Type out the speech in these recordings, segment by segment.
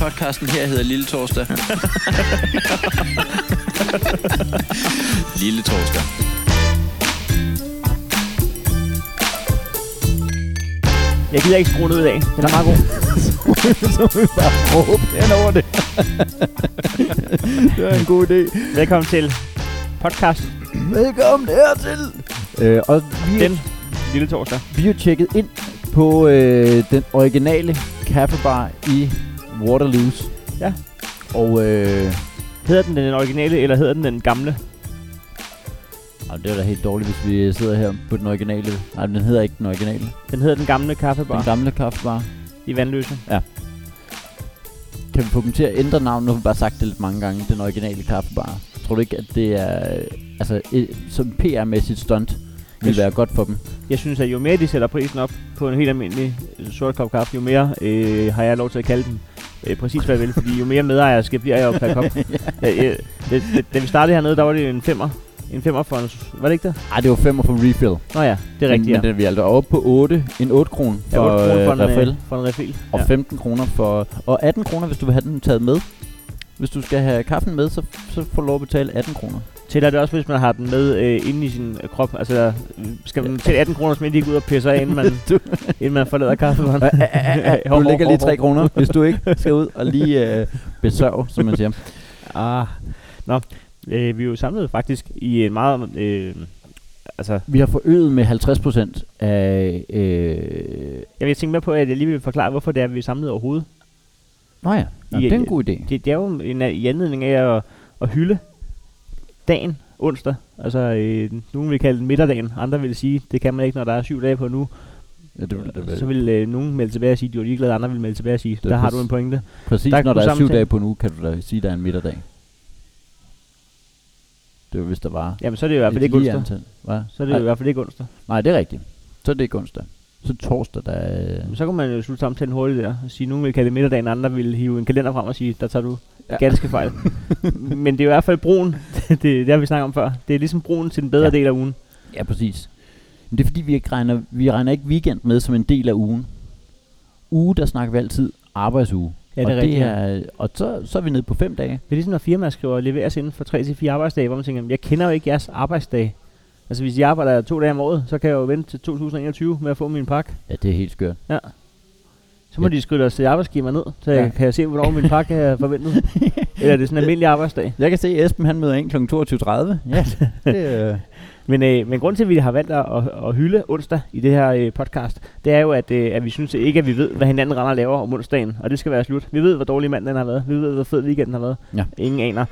podcasten her hedder Lille Torsdag. Lille Torsdag. Jeg gider ikke skrue ned i dag. Den er meget god. så må vi bare råbe hen over det. det er en god idé. Velkommen til podcast Velkommen hertil. Øh, og vi, Den Lille Torsdag. vi er jo tjekket ind på øh, den originale kaffebar i Waterloos. Ja. Og øh, Hedder den den originale, eller hedder den den gamle? Jamen, det er da helt dårligt, hvis vi sidder her på den originale. Nej, den hedder ikke den originale. Den hedder den gamle Den kaffebar gamle kaffebar. i Vandløse. Kan vi få dem til at ændre navn? Nu har vi bare sagt det lidt mange gange. Den originale kaffebar. Tror du ikke, at det er... øh, Altså, et, som PR-mæssigt stunt vil Hvis- være godt for dem. Jeg synes, at jo mere de sætter prisen op på en helt almindelig øh, sort kop kaffe, jo mere øh, har jeg lov til at kalde den øh, præcis hvad jeg vil, fordi jo mere medejerskab bliver jeg jo per kop. ja. øh, det, det, da vi startede hernede, der var det en femmer. En femmer for en, var det ikke det? Ej, det var 5 for refill. Nå ja, det er rigtigt, men, ja. men den er vi altså oppe på 8. En 8 kroner Ja, for, otte kroner øh, Rafael. øh, for en refill. Og ja. 15 kroner for... Og 18 kroner, hvis du vil have den taget med. Hvis du skal have kaffen med, så, så får du lov at betale 18 kroner. Tæller det også, hvis man har den med øh, inde i sin øh, krop? Altså, øh, skal man tælle 18 kroner, så man ikke går ud og pisser af, inden man, inden man forlader kaffebaren? Ah, ah, ah, ah. Hov, du ligger hov, lige hov, 3 kroner, hvis du ikke skal ud og lige øh, besørge, som man siger. Ah. Nå, øh, vi er jo samlet faktisk i en meget... Øh, altså, Vi har forøget med 50% af... Øh... jeg vil tænke med på, at jeg lige vil forklare, hvorfor det er, vi er samlet overhovedet. Nå ja, Nå, I- det er en god idé. Det, det er jo en a- i anledning af at, at hylde dagen onsdag. Altså, øh, nogen vil kalde den midterdagen, andre vil sige, det kan man ikke, når der er syv dage på nu. Ja, det vil det Så være. vil øh, nogen melde tilbage og sige, de var ligeglade, andre vil melde tilbage og sige, er der har du præcis- en pointe. Præcis der der kan når du der er syv samtale. dage på en uge, kan du da sige, der er en midterdag. Det var hvis der var... Jamen, så er det jo i hvert et fald ikke lige onsdag. antal. Hvad? Så er det jo i hvert fald ikke onsdag. Nej, det er rigtigt. Så er det ikke onsdag. Så torsdag, der er... Så kunne man jo slutte samtalen hurtigt der og sige, nogen vil kalde det midterdagen, andre vil hive en kalender frem og sige, der tager du Ja. ja. ganske fejl. Men det er jo i hvert fald broen, det, det har vi snakket om før. Det er ligesom broen til den bedre Ja. ja. del af ugen. Ja, præcis. Men det er fordi, vi ikke regner, vi regner ikke weekend med som en del af ugen. Uge, der snakker vi altid arbejdsuge. Ja, det og er rigtigt. ja. er, og så, så er vi nede på fem dage. Det er ligesom, når firmaer skriver leveres inden for 3-4 arbejdsdage, hvor man tænker, "Jamen, jeg kender jo ikke jeres arbejdsdage. Altså, hvis jeg arbejder to dage om året, så kan jeg jo vente til 2021 med at få min pakke. Ja, det er helt skørt. Så må Ja. de skrive deres øh, arbejdsgiver ned, så Ja. jeg, kan jeg se, hvornår min pakke er forventet. Eller er det sådan en almindelig arbejdsdag? Jeg kan se, at Esben han møder ind kl. 22.30. Ja, det, øh, Men, øh, men grunden til, at vi har valgt at, at, at hylde onsdag i det her øh, podcast, det er jo, at, øh, at vi synes ikke, at vi ved, hvad hinanden render og laver om onsdagen. Og det skal være slut. Vi ved, hvor dårlig mandagen har været. Vi ved, hvor fed weekenden har været. Ja. Ingen aner,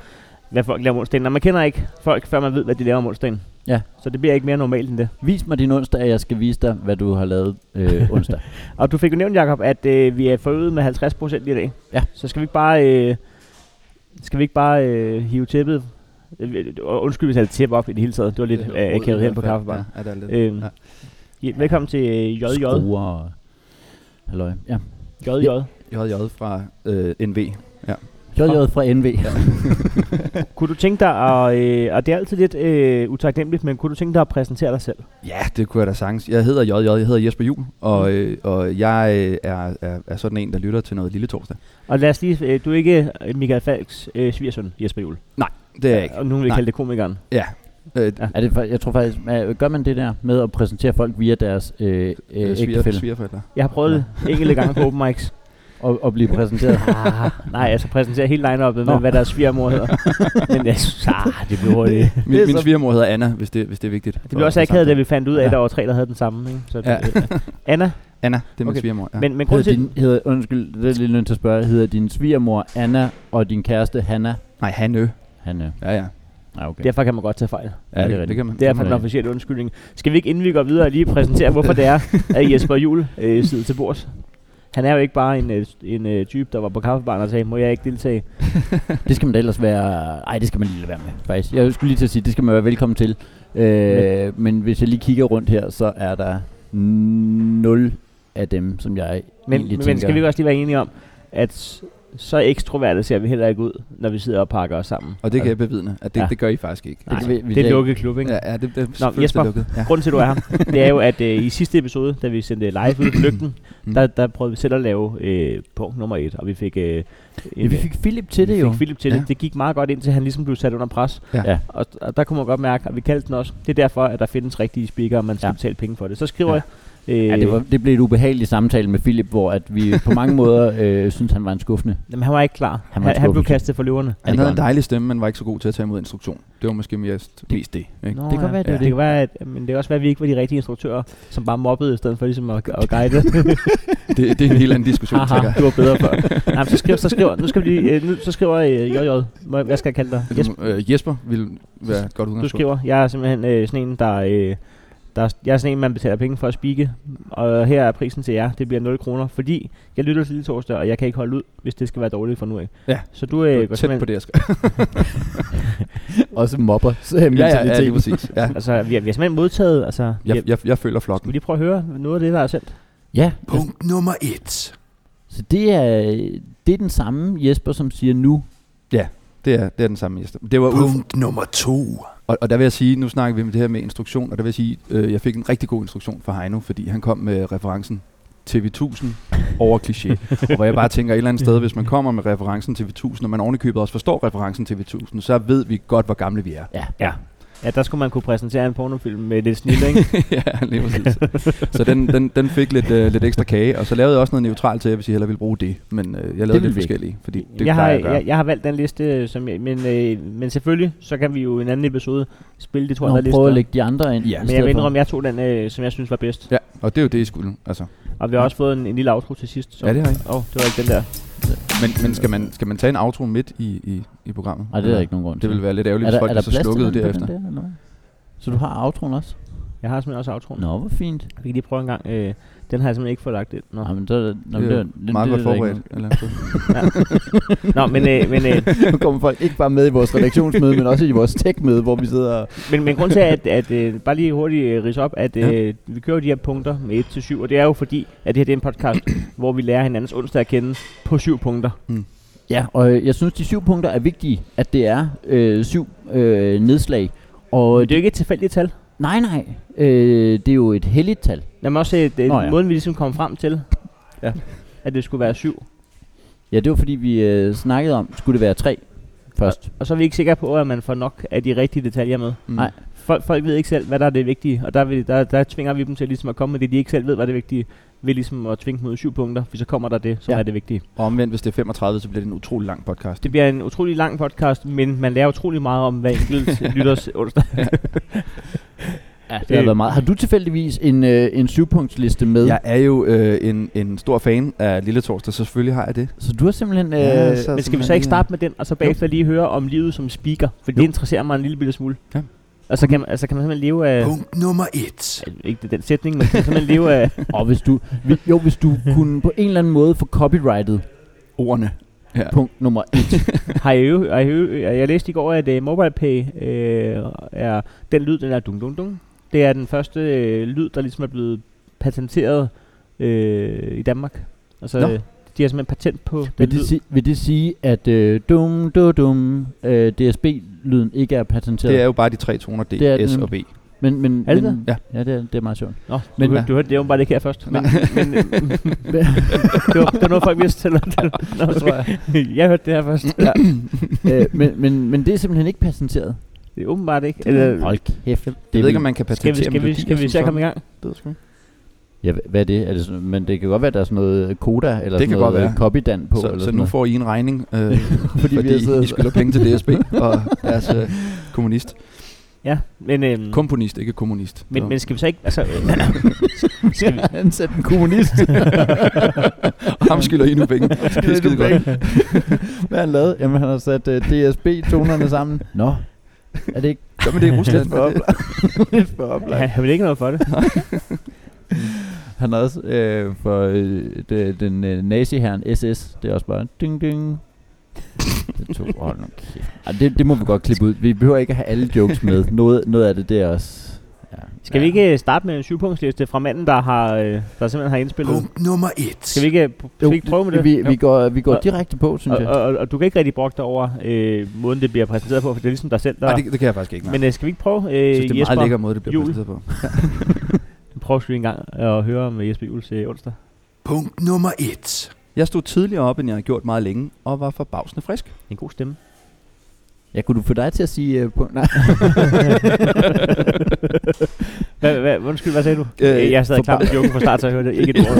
hvad folk laver om onsdagen. Og man kender ikke folk, før man ved, hvad de laver om onsdagen. Ja. Så det bliver ikke mere normalt end det. vis mig din onsdag, og jeg skal vise dig, hvad du har lavet øh, onsdag. Og du fik jo nævnt, Jacob, at øh, vi er forøget med 50 procent i dag. Ja. Så skal vi ikke bare, øh, skal vi ikke bare øh, hive tæppet? Øh, Undskyld, hvis jeg havde tæppe op i det hele taget. Det var lidt øh, akavet hen på kaffebaren. Ja, det er lidt. Øhm, Ja. ja. Velkommen til øh, JJ. Skruer og... Halløj. Ja. JJ. JJ fra øh, NV. JJ fra NV. Kunne du tænke dig at, øh, og det er altid lidt øh, utaknemmeligt, men kunne du tænke dig at præsentere dig selv? Ja, det kunne jeg da sagtens. Jeg hedder JJ, jeg hedder Jesper Jul, Mm. og, øh, og jeg øh, er, er, er sådan en, der lytter til noget lille torsdag. Og lad os lige, øh, du er ikke øh, Michael Falks øh, svigersøn, Jesper Juhl. Det er jeg ikke. Og nogen vil Nej. kalde det komikeren. Øh, er det, fa- jeg tror faktisk, øh, gør man det der med at præsentere folk via deres øh, øh, øh, sviger, ægtefælde svigerforældre. Jeg har prøvet det enkelte gange på open mics. og, og blive præsenteret? Ah, nej, altså præsentere hele line-upet med, Nå. hvad deres svigermor hedder. men jeg synes, ah, det blev hurtigt. Min, Det er min så- svigermor hedder Anna, hvis det, hvis det er vigtigt. Det blev også akavet, da vi fandt ud af, at der var tre, der havde den samme. Ikke? Så det, Ja. øh, Anna, Anna, det er min Okay. okay. svigermor. Ja. men, men grunden Hedder til, din, hedder, undskyld, det er lige nødt til at spørge. Hedder din svigermor Anna og din kæreste Hanna? Nej, Hanø. Hanna. Ja, ja. Ah, okay. derfor kan man godt tage fejl. Ja, det er det, det, rigtigt. kan man. Det er i hvert fald kan den man. officielle undskyldning. Skal vi ikke, inden vi går videre, lige præsentere, hvorfor det er, at Jesper Juhl øh, sidder til bords? Han er jo ikke bare en, øh, en øh, type, der var på kaffebaren og sagde, må jeg ikke deltage? Det skal man da ellers være... Ej, det skal man lige lade være med, faktisk. Jeg skulle lige til at sige, det skal man være velkommen til. Øh, men hvis jeg lige kigger rundt her, så er der nul af dem, som jeg Men, egentlig men tænker... skal vi ikke også lige være enige om, at så ekstroverte ser vi heller ikke ud, når vi sidder og pakker os sammen. Og det kan jeg bevidne, at det, Ja. det gør I faktisk ikke. Nej, det- vi, vi Det er sagde- en lukket klub, ikke? Ja. Ja, ja, det, det Nå, Jesper. Jesper. lukket. Ja. Grunden til, at du er her, det er jo, at øh, i sidste episode, da vi sendte live ud på lygten, Mm. der, der prøvede vi selv at lave øh, punkt nummer et, og vi fik... Øh, Ja, vi fik Philip til det vi jo. fik Philip til ja. Ja. det. Det gik meget godt indtil han ligesom blev sat under pres. Ja. Ja. Og, og der kunne man godt mærke, at vi kaldte den også. Det er derfor, at der findes rigtige speaker, og man skal Ja. ja. betale penge for det. Så skriver Ja. jeg... Øh, Ja, det, var, det blev et ubehageligt samtale med Philip, hvor at vi på mange måder øh, synes han var en skuffende. Jamen, han var ikke klar. Han Han, var en han, han blev skuffelse. kastet for løverne. det Han gør havde en han. dejlig stemme, men var ikke så god til at tage imod instruktion. Det var måske mest det. Mest det ikke? Nå, det kan være, det ja. er det, det. kan være, at, men det kan også være, at vi ikke var de rigtige instruktører, som bare mobbede i stedet for ligesom at, at guide. det, det er en helt anden diskussion, tænker Haha, jeg. Øh, du var bedre før. Jamen, så skriver, så skriver, nu skal vi lige, øh, nu, så skriver øh, JJ, Må jeg- hvad skal jeg kalde dig? Jesper, Jesper. Øh, Jesper ville være et godt du udgangspunkt. skriver, jeg er simpelthen øh, sådan en, der, øh, der, jeg er sådan en, man betaler penge for at spikke, og her er prisen til jer, det bliver 0 kroner, fordi jeg lytter til Lille Torsdag, og jeg kan ikke holde ud, hvis det skal være dårligt for nu af. Ja. Så du, Du øh, er går tæt på simpelthen, det, jeg skal. Også mobber. Så øh, ja, ja, ja, lige præcis. Ja. altså, vi har, vi har simpelthen modtaget, altså, vi har, Jeg, jeg, jeg føler skal vi flokken. lige prøve at høre noget af det, der er sendt? ja, Punkt nummer et. så det er, det er den samme Jesper, som siger nu. Det er, det er den samme Jesper. Det var ud, Punkt nummer to. og, og der vil jeg sige, nu snakker vi om det her med instruktion, og der vil jeg sige, øh, jeg fik en rigtig god instruktion fra Heino, fordi han kom med referencen TV1000 over kliché. og hvor jeg bare tænker et eller andet sted, hvis man kommer med referencen TV1000, og man ovenikøbet også forstår referencen TV1000, så ved vi godt, hvor gamle vi er. Ja. Ja. Ja, der skulle man kunne præsentere en pornofilm med lidt snit, ikke? ja, lige præcis. så den, den, den fik lidt, øh, lidt ekstra kage, og så lavede jeg også noget neutralt til, hvis I hellere ville bruge det. Men øh, jeg vil lavede lidt vi ikke. forskellige, fordi det plejer jeg, har, jeg at gøre. jeg, jeg har valgt den liste, som jeg, men, øh, men selvfølgelig, så kan vi jo i en anden episode spille de to Nå, andre lister. prøv at lægge de andre ind. Ja. i Men jeg stedet vil for. indrømme, jeg tog den, øh, som jeg synes var bedst. Ja, og det er jo det, I skulle. Altså. Og vi har også fået en, en lille outro til sidst. Så. Ja, det har I. Åh, oh, det var ikke den der. Men, men skal, man, skal man tage en outro midt i, i, i programmet? Nej, det er der ikke nogen grund Det ville være lidt ærgerligt, er hvis der, er folk der er så plads til slukkede den på den derefter. der, eller hvad? Så du har outroen også? Jeg har simpelthen også outroen. Nå, hvor fint. Vi kan lige prøve en gang. Øh, den har jeg simpelthen ikke fået lagt ind. Nå, Nå, men så, nå, det det, er det, Meget det, godt det, er der ikke forberedt. Eller, så. Nå men, øh, men, øh, nogen- Nu kommer folk ikke bare med i vores redaktionsmøde, men også i vores tech-møde, hvor vi sidder og... men, men grund til, at, at øh, bare lige hurtigt øh, rise op, at øh, vi kører jo de her punkter med 1 til 7, og det er jo fordi, at det her det er en podcast, hvor vi lærer hinandens onsdag at kende på syv punkter. Ja, og øh, jeg synes, de syv punkter er vigtige, at det er øh, syv øh, nedslag. Og Det er jo ikke et tilfældigt tal. Nej, nej. Øh, det er jo et helligt tal. Jamen også øh, det, Nå ja. måden, vi ligesom kom frem til, Ja. at det skulle være syv. Ja, det var fordi, vi øh, snakkede om, skulle det være tre først. Og så er vi ikke sikre på, at man får nok af de rigtige detaljer med. Mm. Nej. Folk, folk ved ikke selv, hvad der er det vigtige, og der, vil, der, der tvinger vi dem til ligesom at komme med det, de ikke selv ved, hvad det vigtige ved ligesom at tvinge dem ud i syv punkter, for så kommer der det, som Ja. ja. er det vigtige. Og omvendt, hvis det er 35, så bliver det en utrolig lang podcast. Det bliver en utrolig lang podcast, men man lærer utrolig meget om, hvad enkelt lytters onsdag. Ja, det har Øh. været meget. Har du tilfældigvis en, øh, en syvpunktsliste med? Jeg er jo øh, en, en stor fan af Lille Torsdag, så selvfølgelig har jeg det. Så du har simpelthen... Øh, Ja, så- men skal vi så ikke starte med den, og så bagefter lige høre om livet som speaker, for det Jo. interesserer mig en lille bitte smule. Ja. Og så kan, man, altså kan man simpelthen leve af, Punkt nummer et. ikke den sætning, men kan man simpelthen leve af, Og hvis du, vi, jo, hvis du kunne på en eller anden måde få copyrightet Ordene. Ja. punkt nummer et. Har I, ø- har I, ø- jeg læste i går, at uh, MobilePay uh, er den lyd, den er dung dung dung. Det er den første uh, lyd, der ligesom er blevet patenteret uh, i Danmark. Altså, Nå. no. de har simpelthen patent på den Vil lyd. det, si, vil det sige, at øh, dum, dum, dum, øh, DSB-lyden ikke er patenteret? Det er jo bare de tre toner, D, Det er den S nemlig. og B. men, men, Er det men, det? Ja, det er, det er meget sjovt. Nå, men, Men- du, hørte- du hørte det jo bare ikke her først. Men, men, øh, Hva- det, var, det var noget, folk vidste. Eller, Nå, Det tror jeg. jeg hørte det her først. øh, men, men, men det er simpelthen ikke patenteret. Det er åbenbart ikke. Eller, Hold kæft. er Jeg ved ikke, om vildt. man kan skal patentere vi, skal vi, melodier skal vi som se at sådan. komme i gang? Det ved jeg sgu ikke. Ja, hva- hvad er det? Er det sådan, men det kan godt være, der er sådan noget Koda eller Det sådan kan noget godt være. øh, copydan på. eller Så, så sådan nu noget. får I en regning, øh, fordi, fordi vi har siddet I skylder penge til DSB og deres øh, kommunist. Ja, men, øhm, Komponist, ikke kommunist. men, Så- men skal vi så ikke... Altså, øh, skal vi ansætte en kommunist. Ham skylder I nu penge. Det er skide godt. Hvad har han lavet? Jamen, han har sat uh, DSB-tonerne sammen. Nå, er det ikke Gør man det i Rusland? lidt for oplagt? lidt for oplagt. han, han vil ikke noget for det. Han har også øh, for øh, det, den øh, nazi-herren SS, det er også bare ding ding. Det, tog, hold nu kæft. Ej, det, det må vi godt klippe ud. Vi behøver ikke at have alle jokes med. Noget, noget af det, det er også... Ja. Skal vi ikke øh, starte med en syvpunktsliste fra manden, der, har, øh, der simpelthen har indspillet? Punkt nummer et. Skal vi ikke, øh, skal vi ikke prøve med det? Vi, vi, Jo. går, vi går Og- direkte på, synes og, jeg. og, og, og du kan ikke rigtig brokke dig over øh, måden, det bliver præsenteret på, for det er ligesom dig selv, der... Nej, det, det kan jeg faktisk ikke. Nej. Men, Men øh, skal vi ikke prøve, jeg øh, synes, det er en Jesper? meget lækker måde, det bliver Jul. præsenteret på. Prøv at en gang og høre om øh, Jesper Jules øh, onsdag. Punkt nummer et. Jeg stod tidligere op, end jeg havde gjort meget længe, og var forbavsende frisk. En god stemme. Ja, kunne du få dig til at sige... Uh, på? Nej. Hvad, hvad, undskyld, hvad sagde du? Øh, Øh, jeg sad for og klappede joken fra start, så jeg hørte ikke et ord.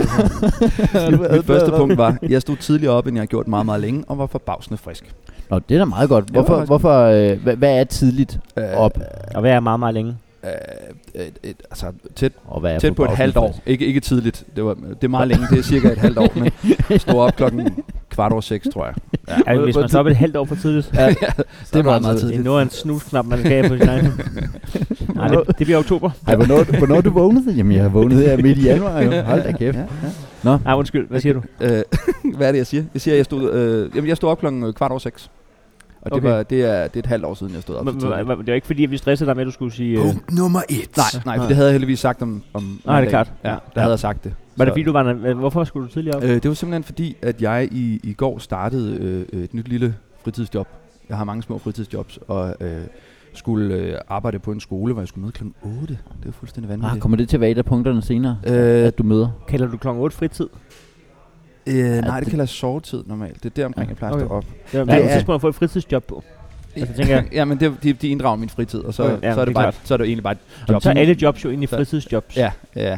Mit første punkt var, jeg stod tidligere op, end jeg havde gjort meget, meget længe, og var forbavsende frisk. Nå, det er da meget godt. var Hvorfor, faktisk- hvorfor, øh, hvad, hvad er tidligt Øh, op, Og hvad er meget, meget længe? Øh, et, et, altså, tæt, og hvad er tæt på et forbavsende halvt år. frisk? Ikke, ikke tidligt. Det, var, det er meget længe. Det er cirka et halvt år. Men jeg stod op klokken kvart over seks, tror jeg. Altså, hvis hvor man stopper et halvt år for tidligt, Ja, det er meget, meget, meget meget det er tidligt. noget af en snusknap, man skal have på sin egen. Nej, det, det bliver oktober. Ej, hvornår, hvornår er du vågnede? Jamen, jeg har vågnet her midt i januar. Jo. Hold da kæft. Nej, undskyld, hvad siger du? Øh, hvad er det, jeg siger? Jeg siger, at jeg stod, øh, jamen, jeg stod op klokken øh, kvart over seks. Og det, Okay. var, det, er, det er et halvt år siden, jeg stod op. Men, så men, tidligt. men, det var ikke fordi, at vi stressede dig med, at du skulle sige... Øh, Punkt nummer et. Nej, nej, for det havde jeg heldigvis sagt om, om Nej, det er klart. Ja, der havde jeg sagt det. var det Så- fordi, du var... en- Hvorfor skulle du tidligere op? Øh, det var simpelthen fordi, at jeg i, i går startede øh, øh, et nyt lille fritidsjob. Jeg har mange små fritidsjobs, og øh, skulle øh, arbejde på en skole, hvor jeg skulle møde kl. 8. Det var Ah, fuldstændig vanvittigt. kommer det til at være et af punkterne senere, øh, at du møder? Kalder du klokken 8 fritid? øh, nej, det det- kalder jeg sovetid normalt. Det er der omkring, jeg plejer at stå Okay. op. Det var Ja, ja, et ja. tidspunkt at få et fritidsjob på. Altså, tænker jeg- ja, men det, de, de inddrager min fritid, og så, Okay, ja, ja, så, det er, er det bare, klart. så er det jo egentlig bare et job. Så er alle jobs jo egentlig fritidsjobs. Ja, ja.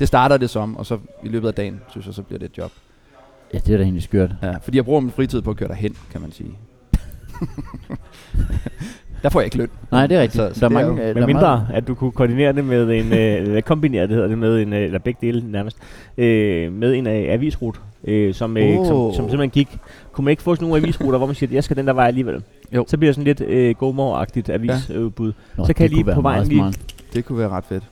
Det starter det som, og så i løbet af dagen, synes jeg, så bliver det et job. Ja, det er da egentlig skørt. Ja, fordi jeg bruger min fritid på at køre derhen, kan man sige. der får jeg ikke løn. Nej, det er rigtigt. Så- så der er det er mange, jo- øh, der Men er meget- mindre, at du kunne koordinere det med en, øh, eller kombinere det hedder det med en, øh, eller begge dele nærmest, øh, med en øh, avisrute, øh, som, øh, oh. som, Oh. som simpelthen gik. Kunne man ikke få sådan nogle avisruter, hvor man siger, at jeg skal den der vej alligevel? Jo. Så bliver det sådan lidt øh, godmoragtigt avisudbud. Ja. Nå, så kan jeg det kunne lige på være vejen meget lige- smart. Det kunne være ret fedt.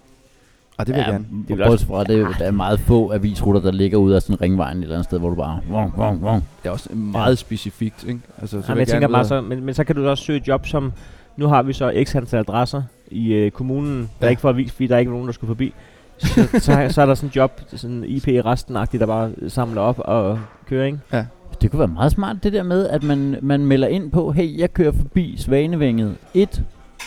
Og det vil jeg gerne. vil ja, bortset fra, det, der er meget få avisruter, der ligger ud af sådan ringvejen et eller andet sted, hvor du bare... Vong, vong, vong. Det er også meget specifikt, ikke? Altså, så Ja, vil men, jeg gerne tænker ud bare og- så, men, men så kan du også søge et job som, nu har vi så x antal adresser i øh, kommunen, der Ja. ikke får avis, fordi der ikke er nogen, der skulle forbi. Så, så, så er der sådan en job, sådan IP i resten der bare samler op og kører, ikke? Det kunne være meget smart, det der med, at man, man melder ind på, hey, jeg kører forbi Svanevænget 1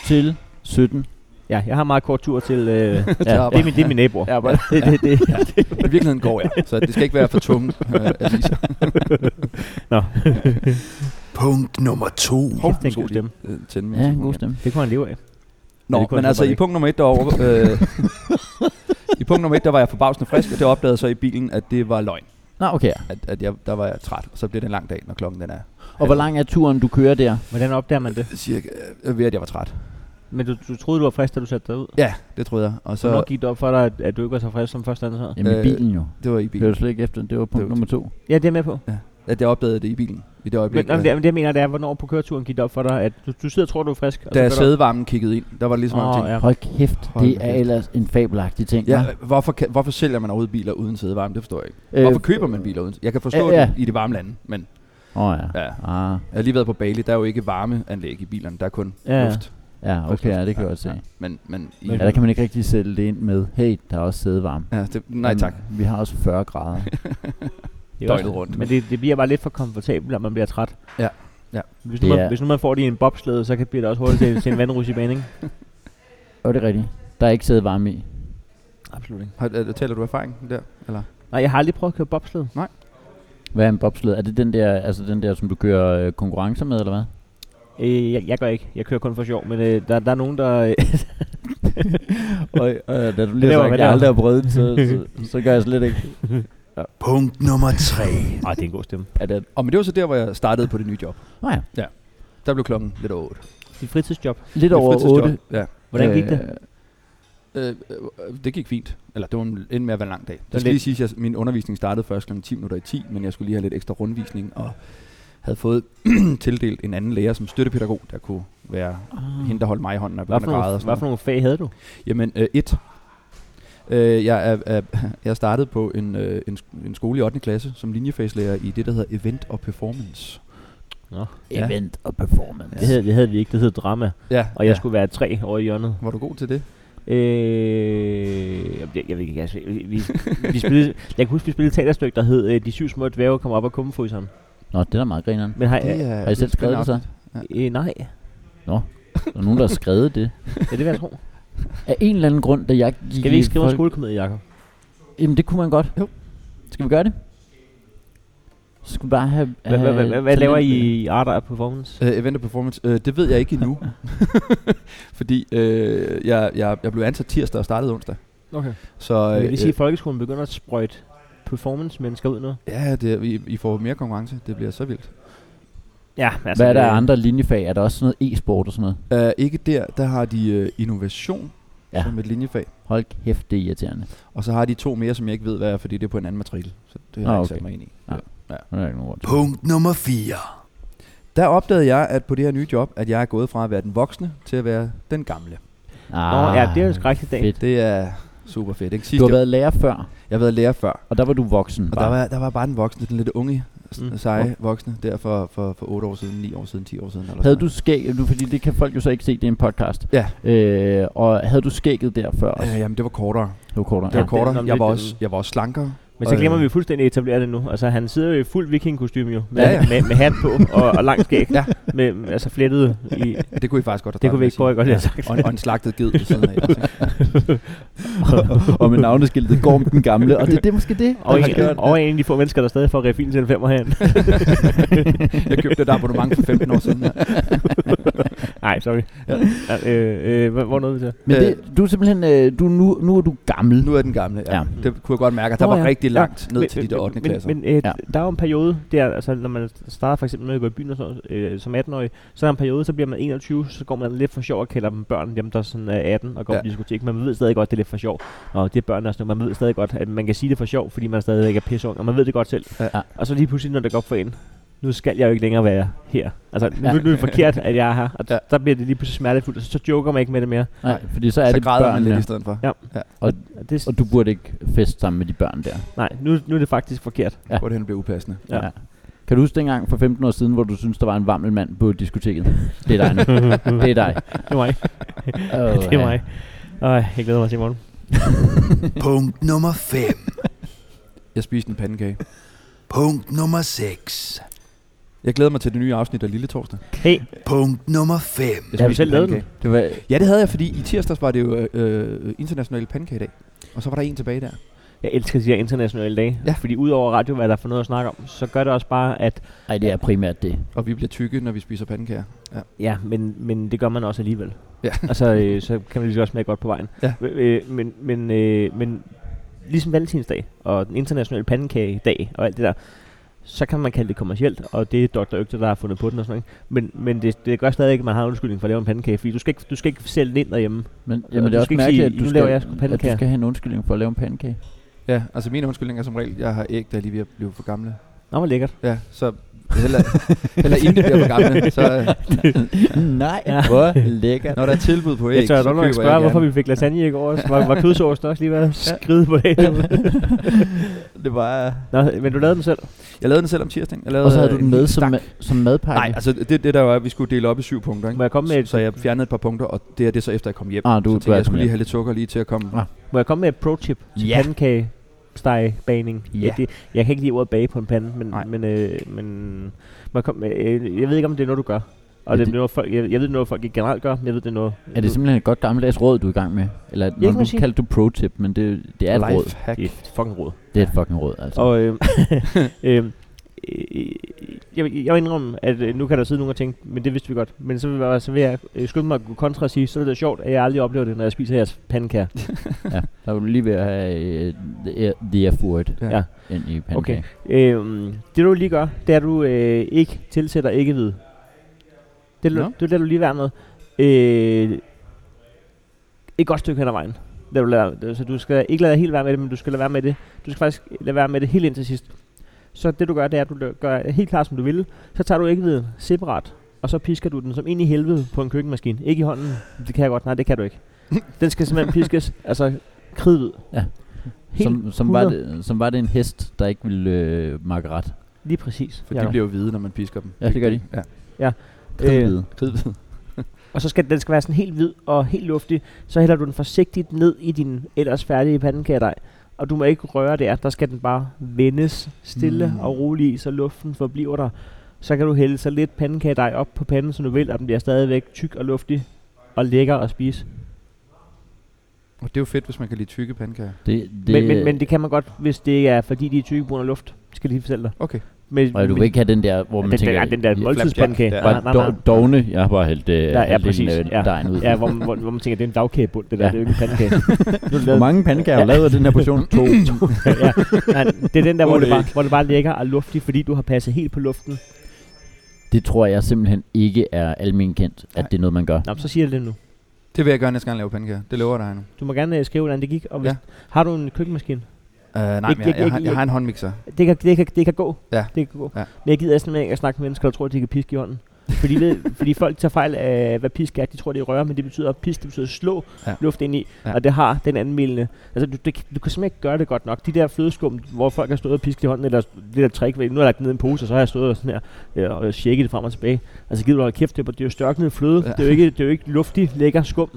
til 17. Ja, jeg har meget kort tur til... Øh, Ja, det, er min, det er min naboer. Ja, bare- det, det, det. I virkeligheden går jeg, så det skal ikke være for tunge øh, aviser. Punkt nummer to. Hov, det er en god stemme. Øh, tænde min ja en telefon god igen. stemme. Det kunne han leve af. Nå, Ja, det kunne men jeg altså åbenbart i ikke. punkt nummer et derovre... Øh, I punkt nummer et, der var jeg forbavsende frisk, og det opdagede jeg så i bilen, at det var løgn. Nå, okay. At, at jeg, der var jeg træt, og så bliver det en lang dag, når klokken den er. Og hvor lang er turen, du kører der? Hvordan opdager man det? Cirka øh, ved, at jeg var træt. Men du, du troede, du var frisk, da du satte dig ud. Ja, det troede jeg. Og Så Hvornår så, gik det op for dig, at, at du ikke var så frisk som først andet så? Jamen Øh, øh, bilen jo. det var i Det bilen. var slet ikke efter. Det var Det punkt var- nummer to. Ja, det er jeg med på. At jeg opdagede det i bilen, i det Men, øjeblik. nå, men, øh, det, men det, jeg mener, det er, hvornår på køreturen gik det op for dig, at du, du sidder og tror, du er frisk. og så da gør du- sædevarmen kiggede ind, der var det ligesom, Åh, oh, ja. Hold kæft, Hold det da er kæft. ellers en fabelagtig ting. hva'? Ja, hvorfor, kan, hvorfor sælger man overhovedet biler uden sædevarme? Det forstår jeg ikke. Øh, hvorfor køber man biler uden Jeg kan forstå Ja, ja, ja. det i de varme lande, men Åh oh, ja. ja. jeg Ah, har lige været på Bali, der er jo ikke varmeanlæg i bilerne, der er kun Ja. ja. luft. ja, okay, ja, det kan jeg godt se. Ja, men, men, i, Ja, der kan man ikke rigtig sætte det ind med, hey, der er også sædevarme. ja, det, nej Jamen, tak, Vi har også 40 grader. Det er døgnet også- rundt. Men det, det bliver bare lidt for komfortabelt, når man bliver træt. Ja. Ja. Hvis nu, man, Det er- hvis nu man får det i en bobslede, så kan bliver det også hurtigt til, til en vandrusjebane, ikke? Og det er rigtigt. Der er ikke sædevarme i. Absolut ikke. Har, øh, taler du erfaring der? Eller? Nej, jeg har aldrig prøvet at køre bobslede. Hvad er en bobsled? Er det den der, altså den der, som du kører øh, konkurrencer med, eller hvad? Øh, jeg, jeg gør ikke. Jeg kører kun for sjov, men øh, der, der er nogen, der... Øh, Og øh, da du Hvad lige laver- sagde, hvad at jeg laver- aldrig har prøvet den, så, så, så gør jeg slet ikke. Punkt nummer tre. Ej, det er en god stemme. Er det, Og men det var så der, hvor jeg startede på det nye job. Nå ja, Der blev klokken lidt over 8. Dit fritidsjob. lidt over 8. Ja. Hvordan gik det? Øh, øh, det gik fint. Eller det var en, endte med at være en lang dag. Der var skal lige lidt- sige, at jeg, min undervisning startede først kl. 10 minutter i 10, men jeg skulle lige have lidt ekstra rundvisning og havde fået tildelt en anden lærer som støttepædagog, der kunne være hende, der holdt mig i hånden, når jeg Mm. Hvad begyndte for, at græde. nogle, og sådan hvad for nogle fag havde du? noget. Jamen, øh, et. Øh, jeg, er, er, jeg startede på en, øh, en, sk- en skole i 8. klasse som linjefagslærer i det, der hedder Event og Performance. Ja. Event og performance. Det, havde, det havde vi ikke. Det hed drama. Ja, Og jeg ja. ja. skulle være tre over i hjørnet. Var du god til det? Øh, jamen, jeg, jeg ved ikke, altså, vi, vi, vi spillede, jeg kan huske, vi spillede et teaterstykke, der hed øh, De syv små dværge kommer op og kummefryser ham. Nå, det er da meget grineren. Men har, øh, er, Har I selv skrevet det så? øh, nej, Der er nogen, der har skrevet det. ja, det vil jeg tro. Af en eller anden grund, da jeg gik... Skal vi i ikke skrive en folk- skolekomedie, Jacob? Jamen, det kunne man godt. Jo. Skal vi gøre det? Så skulle vi bare have... Hvad, hvad, have hvad, hvad, hvad laver I talent- i Art og Performance? Uh, event og performance, uh, det ved jeg ikke endnu. Fordi uh, jeg, jeg, jeg blev ansat tirsdag og startede onsdag. Okay. Så Jeg vil øh, lige sige, at folkeskolen begynder at sprøjte performance-mennesker ud nu. øh, ja, det, I, I får mere konkurrence. Det bliver så vildt. Ja, altså, Hvad er der af det- andre linjefag? Er der også sådan noget e-sport og sådan noget? Uh, ikke der, der har de uh, innovation Ja. ja. som et linjefag. Hold kæft, det er irriterende. Og så har de to mere, som jeg ikke ved, hvad er, fordi det er på en anden matrikel. Så det har Nå, jeg ikke okay. sat mig ind i. Nå. Ja. Det er ikke nogen ord til. Punkt nummer 4. Der opdagede jeg, at på det her nye job, at jeg er gået fra at være den voksne til at være den gamle. Nå, Ah, ja, det er jo en skrækkelig dag. fedt. Det er super fedt. Ikke? Du Sidst har jeg, været lærer før, jeg har været lærer før, og der var du voksen. og bare. der var, der var bare den voksne, den lidt unge, Mm. mm. seje voksne, der for, for, for 8 år siden, 9 år siden, 10 år siden. Eller Havde sådan du skæg, du, fordi det kan folk jo så ikke se, det er en podcast. Ja. Øh, og havde du skægget der før noget. også? Øh, jamen, det var kortere. Det var kortere. Det var Ja, kortere. det- nå, men jeg, var det- også, jeg var også slankere. Men så Og, glemmer øh, vi fuldstændig at etablere det nu. Altså, han sidder jo i fuld vikingkostyme jo. Med, Ja, ja. med, med hat på og, og lang skæg. Ja. Med, altså flettet i... Ja, det kunne I faktisk godt have Det kunne vi ikke startet prøve med at godt have at sige. sagt. Ja, og, en- og en slagtet ged ved siden af. og med navneskiltet Gorm den Gamle. Og det, det er måske det. Og, der har en, gjort gør- det. og en af de få mennesker, der stadig får refil til en femmer herinde. jeg købte det der abonnement for 15 år siden. Ja. Nej, sorry. Ja. Øh, øh, hvor, hvor nåede vi til? Men det, du er simpelthen, øh, du, er nu, nu er du gammel. Nu er den gamle. Ja. Ja. ja. Det kunne jeg godt mærke, at der Nå, var ja. rigtig langt ned Men- til de der 8. men, klasser. Men, men øh, Ja. der er jo en periode, der, altså, når man starter for eksempel med at gå i byen og sådan, noget, øh, som 18-årig, så er der en periode, så bliver man 21, så går man lidt for sjov og kalder dem børn, dem der sådan er 18 og går ja. Ja. på diskotek. Men man ved stadig godt, det er lidt for sjov. Og det er børn også nu. Man ved stadig godt, at man kan sige det for sjov, fordi man stadigvæk er pisseung, og man ved det godt selv. Ja. Og så lige pludselig, når det går op for en, nu skal jeg jo ikke længere være her. Altså, nu, nu er det forkert, at jeg er her. Og Ja. der bliver det lige pludselig smertefuldt, og så, så joker man ikke med det mere. Nej, fordi så er så det græder man lidt børnene. i stedet for. Ja. Og det, Og du burde ikke feste sammen med de børn der. nej, nu, nu er det faktisk forkert. Ja. Hvor det hen blev upassende. Ja. Kan du huske dengang for 15 år siden, hvor du synes der var en vammel mand på diskoteket? Det er dig nu. det er dig. Det er mig. Oh, det er mig. Øj, jeg glæder mig til i morgen. Punkt nummer 5. Jeg spiste en pandekage. Punkt nummer 6. Jeg glæder mig til det nye afsnit af Lille Torsdag. Hey, Punkt nummer 5. Jeg har du spiste selv en lavet den? pandekage. Det var, Ja, det havde jeg, fordi i tirsdags var det jo øh, international pandekagedag. Og så var der en tilbage der. Jeg elsker de her internationale dage, ja. Ja. fordi udover radio, hvad der er for noget at snakke om, så gør det også bare, at ej, det er primært det. Og vi bliver tykke, når vi spiser pandekager. ja, men, men det gør man også alligevel. Ja. Altså, øh, så kan man lige så godt smage godt på vejen. Ja. Øh, men, men, øh, men ligesom valentinsdag og den internationale pandekagedag og alt det der, så kan man kalde det kommercielt, og det er Dr. Øgter, der har fundet på den og sådan noget. Men, men det, det gør stadig ikke, at man har en undskyldning for at lave en pandekage, fordi du skal ikke, du skal ikke sælge den ind derhjemme. Men du jamen, det er også skal ikke mærkeligt, sige, at du, "Nu skal, laver jeg sgu at du pandekager." skal have en undskyldning for at lave en pandekage. Ja, altså mine undskyldninger er som regel, jeg har æg, der lige ved at blive for gamle. Nå, hvor lækkert. Ja, så heller, heller inden de bliver for gamle. Så, øh, Nej, Ja. hvor lækkert. når der er tilbud på æg, Jeg tør så dog køber nok spørge, jeg hvorfor gerne. vi fik lasagne i går også. Var, var kødsovsen også lige været skridt på det? Det var... Nå, men du lavede den selv. Jeg lavede den selv om tirsdagen. Jeg lavede Og så havde du øh, den en med hel som, stak. ma- som madpakke. Nej, altså det, det der var, at vi skulle dele op i syv punkter, ikke? Må jeg komme med et, Så jeg fjernede et par punkter, og det er det så efter, jeg kom hjem. Ah, du- du så tænkte, er jeg kommet skulle hjem. lige have lidt sukker lige til at komme. Ah. Må jeg komme med et pro-tip til Ja. yeah. pandekage steg bagning. Ja. Det, jeg kan ikke lide ordet bage på en pande, men, Nej. men, øh, men må jeg, komme med, øh, jeg ved ikke, om det er noget, du gør. Og Ja, det, det- det, er noget, folk, jeg, jeg ved, det er noget, folk ikke generelt gør, men jeg ved, det er noget... er det simpelthen et godt gammeldags råd, du er i gang med? Eller kan ja, nu man sige. kaldte du pro-tip, men det, det er et råd. Lifehack. det er et fucking råd. Det er et fucking råd, altså. Og øh, øh, øh, jeg, vil- jeg vil indrømme, at øh, nu kan der sidde nogen og tænke, men det vidste vi godt. Men så vil, jeg- så vil jeg øh, skynde mig at gå kontra og sige, så er det sjovt, at jeg aldrig oplever det, når jeg spiser jeres pandekager. ja, der var du lige ved at have øh, the- the F-word Ja. Ja. ind i pandekage. Okay. Øhm, det du lige gør, det er, at du øh, ikke tilsætter ikke hvid. Det, Nå. no. det lader du lige være med. Øh, et godt stykke hen ad vejen. Lader du lade, så du skal ikke lade dig helt være med det, men du skal lade være med det. Du skal faktisk lade være med det helt indtil sidst. Så det du gør, det er, at du la- gør helt klart, som du vil. Så tager du ikke hviden separat, og så pisker du den som ind i helvede på en køkkenmaskine. Ikke i hånden. Det kan jeg godt. Nej, det kan du ikke. den skal simpelthen piskes. Altså, kridhvid. Ja. Helt Som, som, var 100. det, som var det en hest, der ikke ville øh, makke ret. Lige præcis. For Jakob. de bliver jo hvide, når man pisker dem. Ja, det gør de. Ja. Øh, Kridhvide. Kridhvide. og så skal den skal være sådan helt hvid og helt luftig. Så hælder du den forsigtigt ned i din ellers færdige pandekagedej. Og du må ikke røre der, der skal den bare vendes stille Mm. mm. og roligt i, så luften forbliver der. Så kan du hælde så lidt pandekagedej op på panden, som du vil, og den bliver stadigvæk tyk og luftig og lækker at spise. Og det er jo fedt, hvis man kan lide tykke pandekager. Det, det, Det men, men, men, det kan man godt, hvis det ikke er, fordi de er tykke på grund af luft. Skal de fortælle dig. Okay. Men, og du vil ikke have den der, hvor man den, tænker... den, den der måltidspandekage. flapjack, Nej, nej, nej. Var dogne, jeg har bare hældt, øh, ja, ja, præcis, præcis, en, øh, ja. dejen ud. Ja, hvor, man- hvor, hvor man tænker, det er en dagkagebund, det der, Ja. ja. det er jo ikke en pandekage. nu er det Hvor lavet, mange pandekager har du lavet af den her portion? to. ja, nej, det er den der, hvor Otte det, bare, æg. hvor det bare ligger og luftig, fordi du har passet helt på luften. Det tror jeg simpelthen ikke er almen kendt, at Nej. det er noget, man gør. Nå, men så siger jeg det nu. Det vil jeg gøre næste gang, jeg laver pandekager. Det lover jeg dig, Heino. Du må gerne øh, skrive, hvordan det gik. Og hvis, Ja. ja. Har du en køkkenmaskine? Uh, nej, men Ikke- jeg, ikke- jeg, har, ikke- jeg har en håndmixer. Det kan, det kan, det kan gå. Ja. Det kan gå. Ja. Men jeg gider simpelthen ikke at snakke med mennesker, der tror, at de kan piske i hånden. Fordi, det, fordi folk tager fejl af, hvad pisk er. De tror, det er røre, men det betyder, at pisk det betyder at slå Ja. ja. luft ind i. Ja. Ja. Og det har den anden mildende. Altså, du, det, du kan simpelthen ikke gøre det godt nok. De der flødeskum, hvor folk har stået og pisket i hånden, eller det der trick, ved, nu har jeg lagt det ned i en pose, og så har jeg stået og sådan her, øh, og shaket det frem og tilbage. Altså, gider du holde kæft, det er, det er jo størknet fløde. Ja. Ja. Det, er jo ikke, det er jo ikke luftig, lækker skum.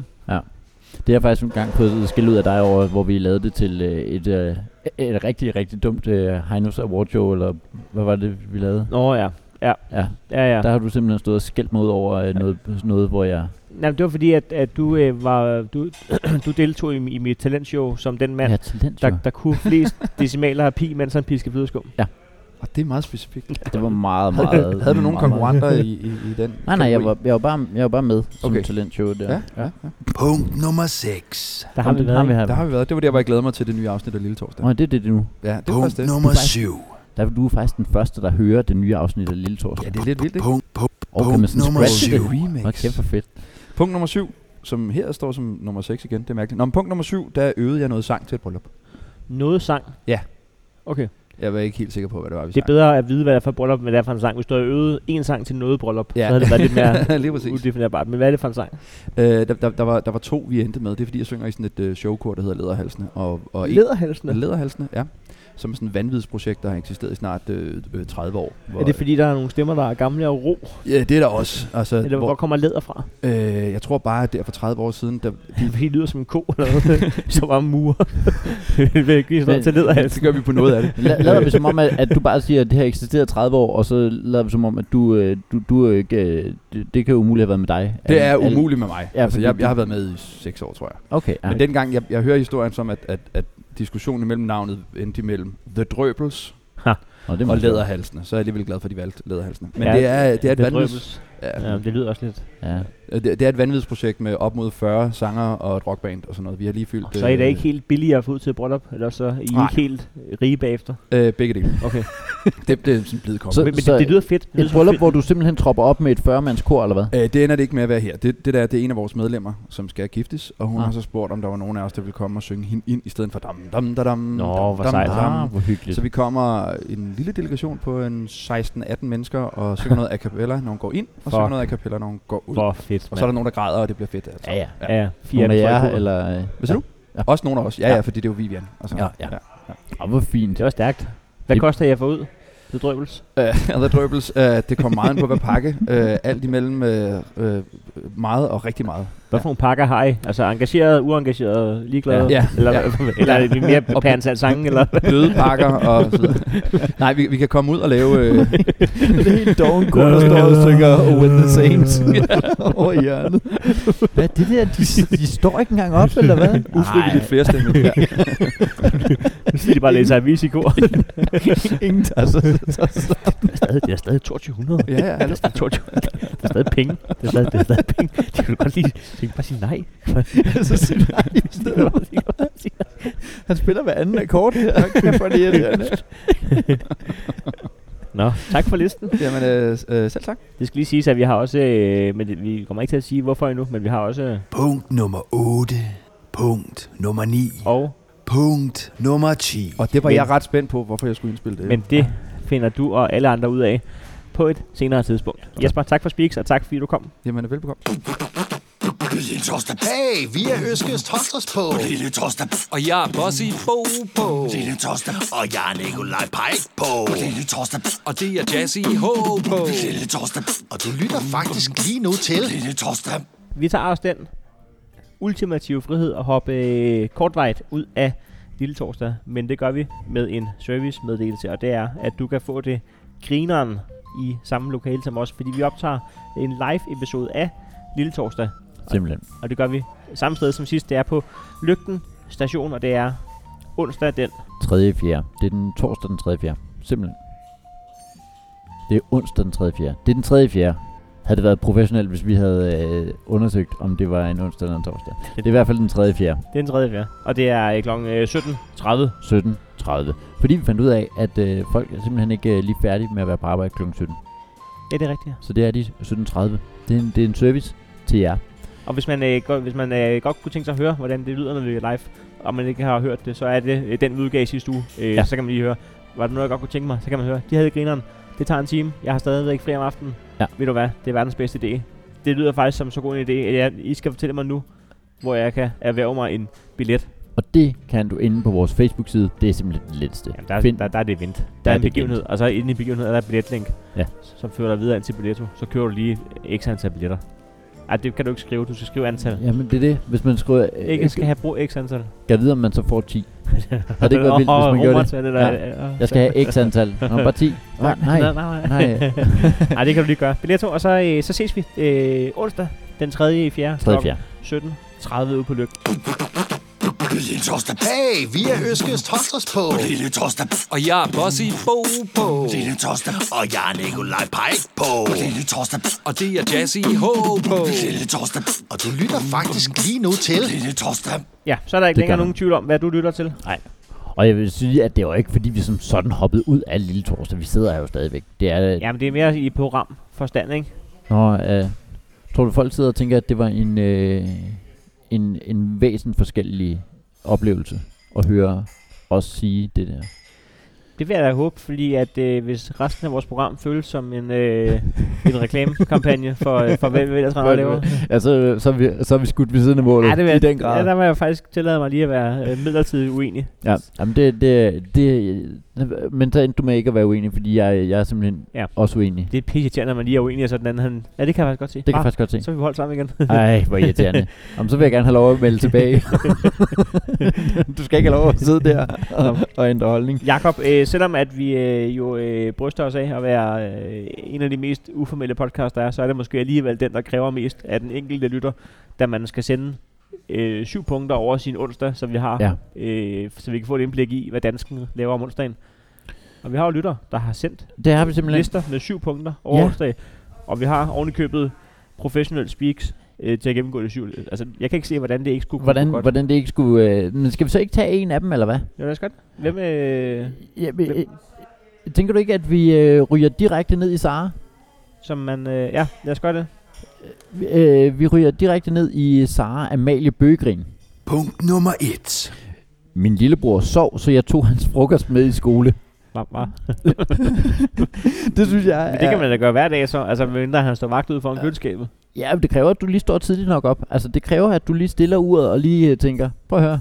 Det har jeg faktisk en gang fået skille ud af dig over, hvor vi lavede det til øh, et, øh, et rigtig, rigtig dumt øh, Heinos Award Show, eller hvad var det, vi lavede? Nå ja. Ja, Ja, ja. der har du simpelthen stået og skældt mig ud over øh, noget, noget, hvor jeg... Nej, men det var fordi, at, at du, øh, var, du, du deltog i, i mit talentshow som den mand, Ja, talent, der, jo. der kunne flest decimaler af pi, mens han piskede flødeskum. Og det er meget specifikt. Det var meget, meget... Havde, havde du nogen meget, meget- konkurrenter i, i, i den? Nej, nej, jeg kategori? var, jeg var, bare, jeg var bare med som Okay. okay. talentshow der. Ja, ja, ja. Punkt nummer 6. Der har vi været. Ham, vi ikke? har. Der har vi været. Det var der, hvor jeg glæder mig til det nye afsnit af Lille Torsdag. Nå, det er det, det nu. Ja, det var Punkt faktisk det. nummer Du er faktisk- 7. Der er du faktisk den første, der hører det nye afsnit af Lille Torsdag. Ja, det er lidt vildt, ikke? Punkt, punkt, Og kan man punkt sådan nummer scratche det? 7. Hold Remix. kæft for fedt. Punkt nummer syv, som her står som nummer 6 igen. Det er mærkeligt. Nå, men punkt nummer syv, der øvede jeg noget sang til et bryllup. Noget sang. Ja. Okay. Jeg var ikke helt sikker på, hvad det var, vi Det er bedre at vide, hvad det er for et bryllup, men hvad det er for en sang. Hvis du havde øvet en sang til noget bryllup, Ja. så havde det været lidt mere Lige præcis. udefinerbart. Men hvad er det for en sang? Øh, der, der, der, var, der var to, vi endte med. Det er, fordi jeg synger i sådan et øh, showkor, der hedder Lederhalsene. Og, og en- Lederhalsene. Lederhalsene, ja. Som er sådan et vanvidsprojekt, der har eksisteret i snart øh, øh, 30 år. Hvor, Er det fordi, der er nogle stemmer, der er gamle og ro? Ja, det er der også. Altså, Eller hvor hvor, kommer læder fra? øh, jeg tror bare, at der for 30 år siden, der, Fordi det lyder som en ko eller noget. så var murer. det vil give sådan noget til så lederhalsen. gør vi på noget af det. La- lader vi som om, at, at du bare siger, at det har eksisteret 30 år, og så lader vi som om, at du, øh, du, du øh, ikke, øh, det, det kan jo umuligt have været med dig. Det er Al- al- umuligt med mig. Ja, altså, fordi jeg, du- jeg har været med i 6 år, tror jeg. Okay, ja. Men dengang, jeg, jeg hører historien som, at, at, at diskussionen imellem navnet endte imellem The Drøbels Nå, det og og Læderhalsene. Så er jeg alligevel glad for, at de valgte Læderhalsene. Men ja, Ja, det, er, det, er et Det vanvids, drøbes. ja, Ja, det lyder også lidt. Ja. det, det er et vanvidsprojekt med op mod 40 sanger og et rockband og sådan noget. Vi har lige fyldt... Så er I da øh, ikke helt billigere at få ud til et bryllup, eller så er I Nej. ikke helt rige bagefter. Øh, begge dele. Okay. Det, det er sådan blevet kommet. Så- Så, Men, men så det, det lyder fedt. Det lyder Et som bryllup, fedt. hvor du simpelthen tropper op med et 40-mands kor, eller hvad? øh, det ender det ikke med at være her. Det, det der, det er en af vores medlemmer, som skal giftes, og hun Ah. har så spurgt, om der var nogen af os, der ville komme og synge hende ind, i stedet for dam, dam, da, dam, Nå, dam, hvor dam, sejt. dam. Ah, hvor hyggeligt. Så vi kommer en lille delegation på en 16-18 mennesker og synger noget a cappella, når hun går ind, og Fuck. synger Fuck. noget a cappella, når hun går ud. Hvor fedt, Og så er der nogen, der græder, og det bliver fedt. Altså. Ja, ja. der- Ja, ja. Fire Nogle af jer, folk ud. eller... øh, Hvad siger ja. du? Også nogen af os. Ja, Ja. ja, fordi det er jo Vivian. Og sådan Ja, noget. ja. Åh, hvor fint. Det var stærkt. Hvad Det- koster jeg for ud? Det drøbels. Uh, the Dribbles, uh, det kom meget an på, hvad pakke. Uh, alt imellem uh, uh, meget og rigtig meget. Hvad for nogle pakker har I? Altså engageret, uengageret, ligeglade? Ja. Eller, Ja. eller er det mere Og- pænt af sange? Eller? Bløde pakker og så videre. Nej, vi, vi kan komme ud og lave... Uh, det er helt doven kor, der står og synger With the Saints. over hjørnet. Hvad er det der? De, de står ikke engang op, eller hvad? ufrivilligt Nej, flerstemmigt. Ja. Nu siger de bare læser avis i går. ingen altså, tager sig. det, er stadig, det er stadig 2200. Ja, ja, det er stadig 2200. Det er stadig penge. Det er stadig, det er stadig penge. De kan godt lige de kan bare sige nej. Så siger nej i stedet. altså, Han spiller hver anden akkord her. Kæft, hvor er det irriterende. Nå, tak for listen. Jamen, øh, øh, selv tak. Det skal lige siges, at vi har også, øh, men det- vi kommer ikke til at sige hvorfor endnu, men vi har også, øh, Punkt nummer 8. Punkt nummer 9. og, Punkt nummer 10. Og det var Men- jeg ret spændt på, hvorfor jeg skulle indspille det. men det finder du og alle andre ud af på et senere tidspunkt. Jesper, tak for Speaks, og tak fordi du kom. Jamen, velbekomme. Lille torsdag. Hey, vi er Øskes Torsdags på. Lille torsdag. Og jeg er boss i Bo på. Lille torsdag. Og jeg er Nikolaj Pajk på. Lille torsdag. Og det er jazz i H på. Lille torsdag. Og du lytter faktisk lige nu til Lille torsdag. Vi tager os den ultimative frihed at hoppe øh, kortvejt ud af Lille Torsdag, men det gør vi med en servicemeddelelse, og det er, at du kan få det grineren i samme lokale som os, fordi vi optager en live episode af Lille Torsdag, Simpelthen. og det gør vi samme sted som sidst. Det er på Lygten station, og det er onsdag den 3. 4. Det er den torsdag den 3. 4. Simpelthen. Det er onsdag den 3. 4. Det er den 3. 4. Havde det været professionelt, hvis vi havde øh, undersøgt, om det var en onsdag eller en torsdag. Det er i hvert fald den 3. 4. den tredje vejr, og det er øh, kl. 17.30. 17.30. Fordi vi fandt ud af, at øh, folk er simpelthen ikke øh, lige færdige med at være på arbejde kl. 17. Ja, det er rigtigt. Så det er de 17.30. Det er en, det er en service til jer. Og hvis man, øh, godt, hvis man øh, godt kunne tænke sig at høre, hvordan det lyder, når vi er live, og man ikke har hørt det, så er det øh, den vi udgav i sidste uge. Øh, ja. Ja. Så kan man lige høre, var det noget, jeg godt kunne tænke mig? Så kan man høre, de havde grineren. Det tager en time. Jeg har stadigvæk fri om aftenen. Ja. Ved du hvad? Det er verdens bedste idé. Det lyder faktisk som så god en idé, at jeg, I skal fortælle mig nu, hvor jeg kan erhverve mig en billet. Og det kan du inde på vores Facebook-side. Det er simpelthen det letteste. Jamen, der, Find- der, der, er det vint. Der, Der er er en det begivenhed, og så inde i begivenheden er der et billetlink, Ja. som fører dig videre ind til Billetto. Så kører du lige x antal billetter. Ej, det kan du ikke skrive. Du skal skrive antal. Jamen, det er det. Hvis man skriver... Øh, Ikke skal have brug x antal. Jeg ved, om man så får 10. Og det var vildt, hvis man gjorde det. Der, Jeg skal have x antal. Nå, bare 10. Nej, nej. Nej, nej, nej. nej. nej, det kan du lige gøre. Billetto, og så, øh, så ses vi øh, onsdag den 3. i 4. 3. 4. 17.30 ude på Lyk. Lille torsdag. Hey, vi er Øskes Torsdags på. Lille torsdag. Og jeg er Bossy Bo på. Lille torsdag. Og jeg er Nikolaj Pajk på. Lille torsdag. Og det er Jazzy H på. Lille torsdag. Og du lytter faktisk lige nu til. Lille torsdag. Ja, så er der ikke Det længere gør nogen tvivl om, hvad du lytter til. Nej. Og jeg vil sige, at det var ikke, fordi vi som sådan hoppede ud af Lille Torsdag. Vi sidder her jo stadigvæk. Det er... Ja. Jamen, det er mere i program forstand, ikke? Nå, øh, tror du, folk sidder og tænker, at det var en, øh, en, en væsen forskellig oplevelse at høre os sige det der? Det vil jeg da håbe, fordi at øh, hvis resten af vores program føles som en, øh, en reklamekampagne for, øh, for hvad vi ellers render og laver. Ja, så, så, er vi, så er vi skudt ved siden af målet Ja, det vil i jeg, den grad. ja, der må jeg faktisk tillade mig lige at være øh, midlertidigt uenig. Ja, jamen det, det, det, men så endte du med ikke at være uenig, fordi jeg, jeg er simpelthen Ja. ja. også uenig. Det er pisse når man lige er uenig, og så den anden, han... Ja, det kan jeg faktisk godt se. Det kan jeg faktisk godt se. Så vil vi holde sammen igen. Ej, hvor irriterende. Jamen, så vil jeg gerne have lov at melde tilbage. du skal ikke have lov at sidde der og, og ændre holdning. Jakob, øh, selvom at vi øh, jo øh, bryster os af at være øh, en af de mest uformelle podcasts, der er, så er det måske alligevel den, der kræver mest af den enkelte lytter, da man skal sende øh, syv punkter over sin onsdag, så vi har, Ja. øh, så vi kan få et indblik i, hvad dansken laver om onsdagen. Og vi har jo lytter, der har sendt Det har vi simpelthen. lister med syv punkter over Ja. onsdag, og vi har ovenikøbet professional speaks øh, til at gennemgå det syv. Altså, jeg kan ikke se, hvordan det ikke skulle kunne Hvordan, gå godt. hvordan det ikke skulle... Øh, men skal vi så ikke tage en af dem, eller hvad? Ja, lad os godt. Hvem, øh, Ja, men, øh, tænker du ikke, at vi øh, ryger direkte ned i Sara? som man... Øh, ja, lad os gøre det. Øh, vi ryger direkte ned i Sara Amalie Bøgegrin. Punkt nummer et. Min lillebror sov, så jeg tog hans frokost med i skole. Var, var. Det synes jeg Men det kan man da gøre hver dag så, altså mindre han står vagt ude foran ja. køleskabet. Ja, men det kræver, at du lige står tidligt nok op. Altså, det kræver, at du lige stiller uret og lige øh, tænker, prøv at høre,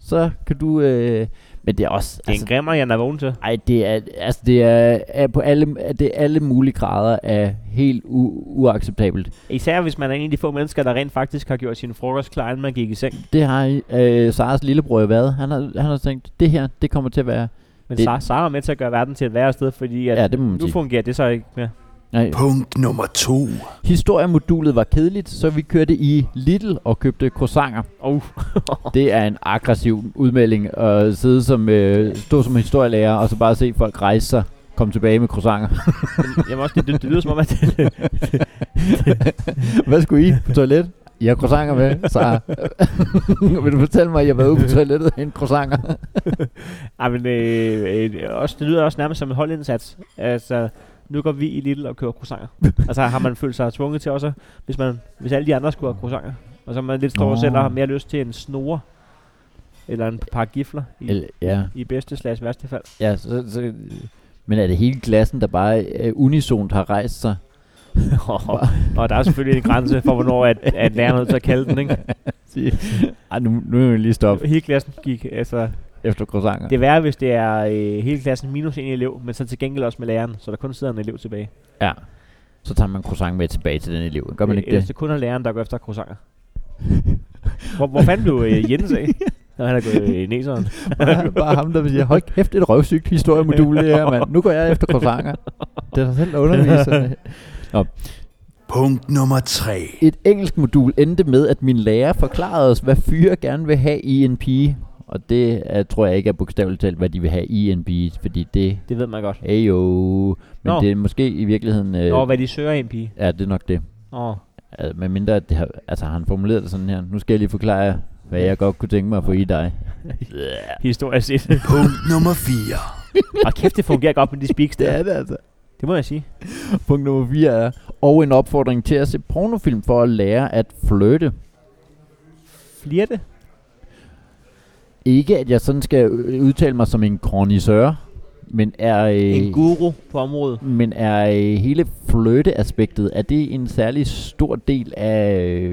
så kan du... Øh... Men det er også... altså, Det er en grimmer, jeg er vågen til. ej, det er, altså, det er, er på alle, er- det er alle mulige grader af helt u- uacceptabelt. Især hvis man er en af de få mennesker, der rent faktisk har gjort sin frokost klar, inden man gik i seng. Det har øh, Saras lillebror jo været. Han har, han har tænkt, det her, det kommer til at være... Men Det- Sara, Sara er med til at gøre verden til et værre sted, fordi at Ja, det må man nu sige. fungerer det så ikke mere. Nej. Punkt nummer to. Historiemodulet var kedeligt, så vi kørte i Lidl og købte croissanter. Oh, Det er en aggressiv udmelding at sidde som, øh, stå som historielærer og så bare se folk rejse sig, komme tilbage med croissanter. jeg må også det, det, det lyder som om, at det, Hvad skulle I på toilet? Jeg har croissanter med, så vil du fortælle mig, at jeg har været ude på toilettet og en croissanter? ej, men, øh, øh, også, det lyder også nærmest som en holdindsats. Altså, nu går vi i Lidl og kører croissanter. altså har man følt sig tvunget til også, hvis, man, hvis alle de andre skulle have croissanter. Og så er man lidt står Nå. selv og har mere lyst til en snore. Eller en par gifler i, Eller, ja, i bedste slags værste fald. ja så, så, men er det hele klassen, der bare øh, unisont har rejst sig? Og der er selvfølgelig en grænse for, hvornår at, at læreren er nødt til at kalde den, ikke? Ej, nu, nu er vi lige stoppe Hele klassen gik, altså... efter croissanter. Det er værre, hvis det er øh, hele klassen minus en elev, men så til gengæld også med læreren, så der kun sidder en elev tilbage. Ja. så tager man croissant med tilbage til den elev. Gør man ikke Øh, Ellers det? det kun er læreren, der går efter croissanter. hvor, hvor fanden blev øh, Jens af? Når han er gået øh, i næseren. Det er bare ham, der vil sige, hold kæft, et røvsygt historiemodul det her, mand. Nu går jeg efter croissanter. Det er sig selv undervisende. Punkt nummer 3. Et engelsk modul endte med, at min lærer forklarede os, hvad fyre gerne vil have i en pige. Og det er, tror jeg ikke er bogstaveligt talt, hvad de vil have i en pige, fordi det Det ved man godt. er jo... Men Nå. det er måske i virkeligheden... Øh, Nå, hvad de søger i en pige. Ja, det er nok det. Nå, Altså, Med mindre, at det har, altså, har han formuleret det sådan her. Nu skal jeg lige forklare jer, hvad jeg godt kunne tænke mig at få i dig. historisk set. Punkt nummer 4. Og kæft, det fungerer godt med de speaks der. det altså. Det må jeg sige. Punkt nummer 4 er, og en opfordring til at se pornofilm for at lære at flytte. Flirte. Ikke at jeg sådan skal øh, udtale mig som en kronisør, men er, En øh, guru på området. men er øh, hele flytteaspektet, er det en særlig stor del af... Øh,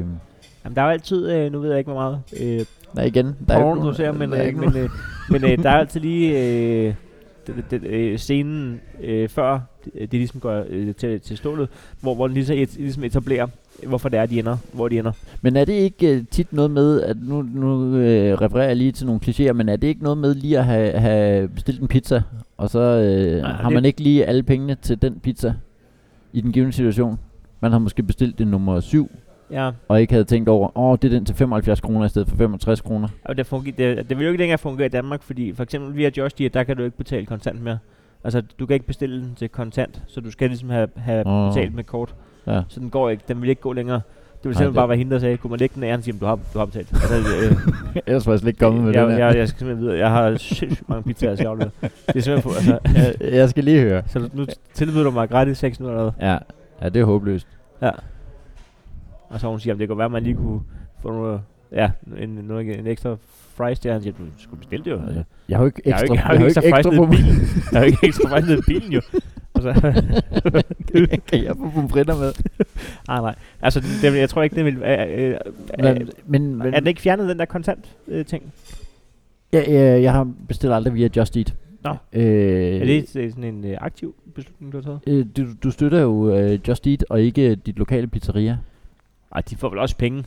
Jamen, der er jo altid, øh, nu ved jeg ikke, hvor meget øh, nej, igen. Der er jo porno, ikke du nogen- ser, men, der er øh, ikke men, øh, men øh, der er altid lige øh, den, den, øh, scenen øh, før, det, det ligesom går øh, til, til stålet, hvor, hvor den ligesom, et, ligesom etablerer, hvorfor det er, de ender, hvor de ender. Men er det ikke uh, tit noget med, at nu, nu øh, refererer jeg lige til nogle klichéer, men er det ikke noget med lige at have, have bestilt en pizza, og så øh, Nej, har det- man ikke lige alle pengene til den pizza i den givende situation? Man har måske bestilt det nummer 7, Ja, og ikke havde tænkt over, åh, oh, det er den til 75 kroner i stedet for 65 kroner. og det, fungerer, det, det vil jo ikke længere fungere i Danmark, fordi for eksempel via Josh Deer, der kan du ikke betale kontant mere. Altså, du kan ikke bestille den til kontant, så du skal ligesom have, have Åh. oh. betalt med kort. Ja. Så den går ikke, den vil ikke gå længere. Det vil Nej, simpelthen det- bare være hende, der sagde, kunne man lægge den af, han siger, "Men du har, du har betalt. Altså, øh, Ellers var jeg slet ikke kommet med jeg, den her. jeg, jeg skal simpelthen videre. Jeg har sindssygt mange pizzaer, jeg skal aflevere. Det er simpelthen på, altså, øh, jeg, jeg skal lige høre. så nu tilbyder du mig gratis 6 minutter eller hvad? Ja, ja det er håbløst. Og så hun siger, at det kunne være, at man lige kunne få nogle, ja, en, en, en ekstra fries der. Han siger, du skulle bestille det jo. Altså. Jeg har jo ikke Jeg har jo ekstra, ikke- jeg har jo ikke så frejsnet på bil. Jeg har jo ikke ekstra fries ned i bilen jo. Altså, Kan jeg få pomfritter med? ah, nej. Altså, det, det- jeg tror ikke, det vil... Øh, øh, øh, Men, men, men, er den ikke fjernet, den der kontant-ting? Øh, Ja, ja, jeg har bestilt aldrig via Just Eat. Nå. Øh, er det øh, sådan en øh, aktiv beslutning, du har taget? Øh, du, du støtter jo øh, Just Eat og ikke øh, dit lokale pizzeria. Ej, de får vel også penge.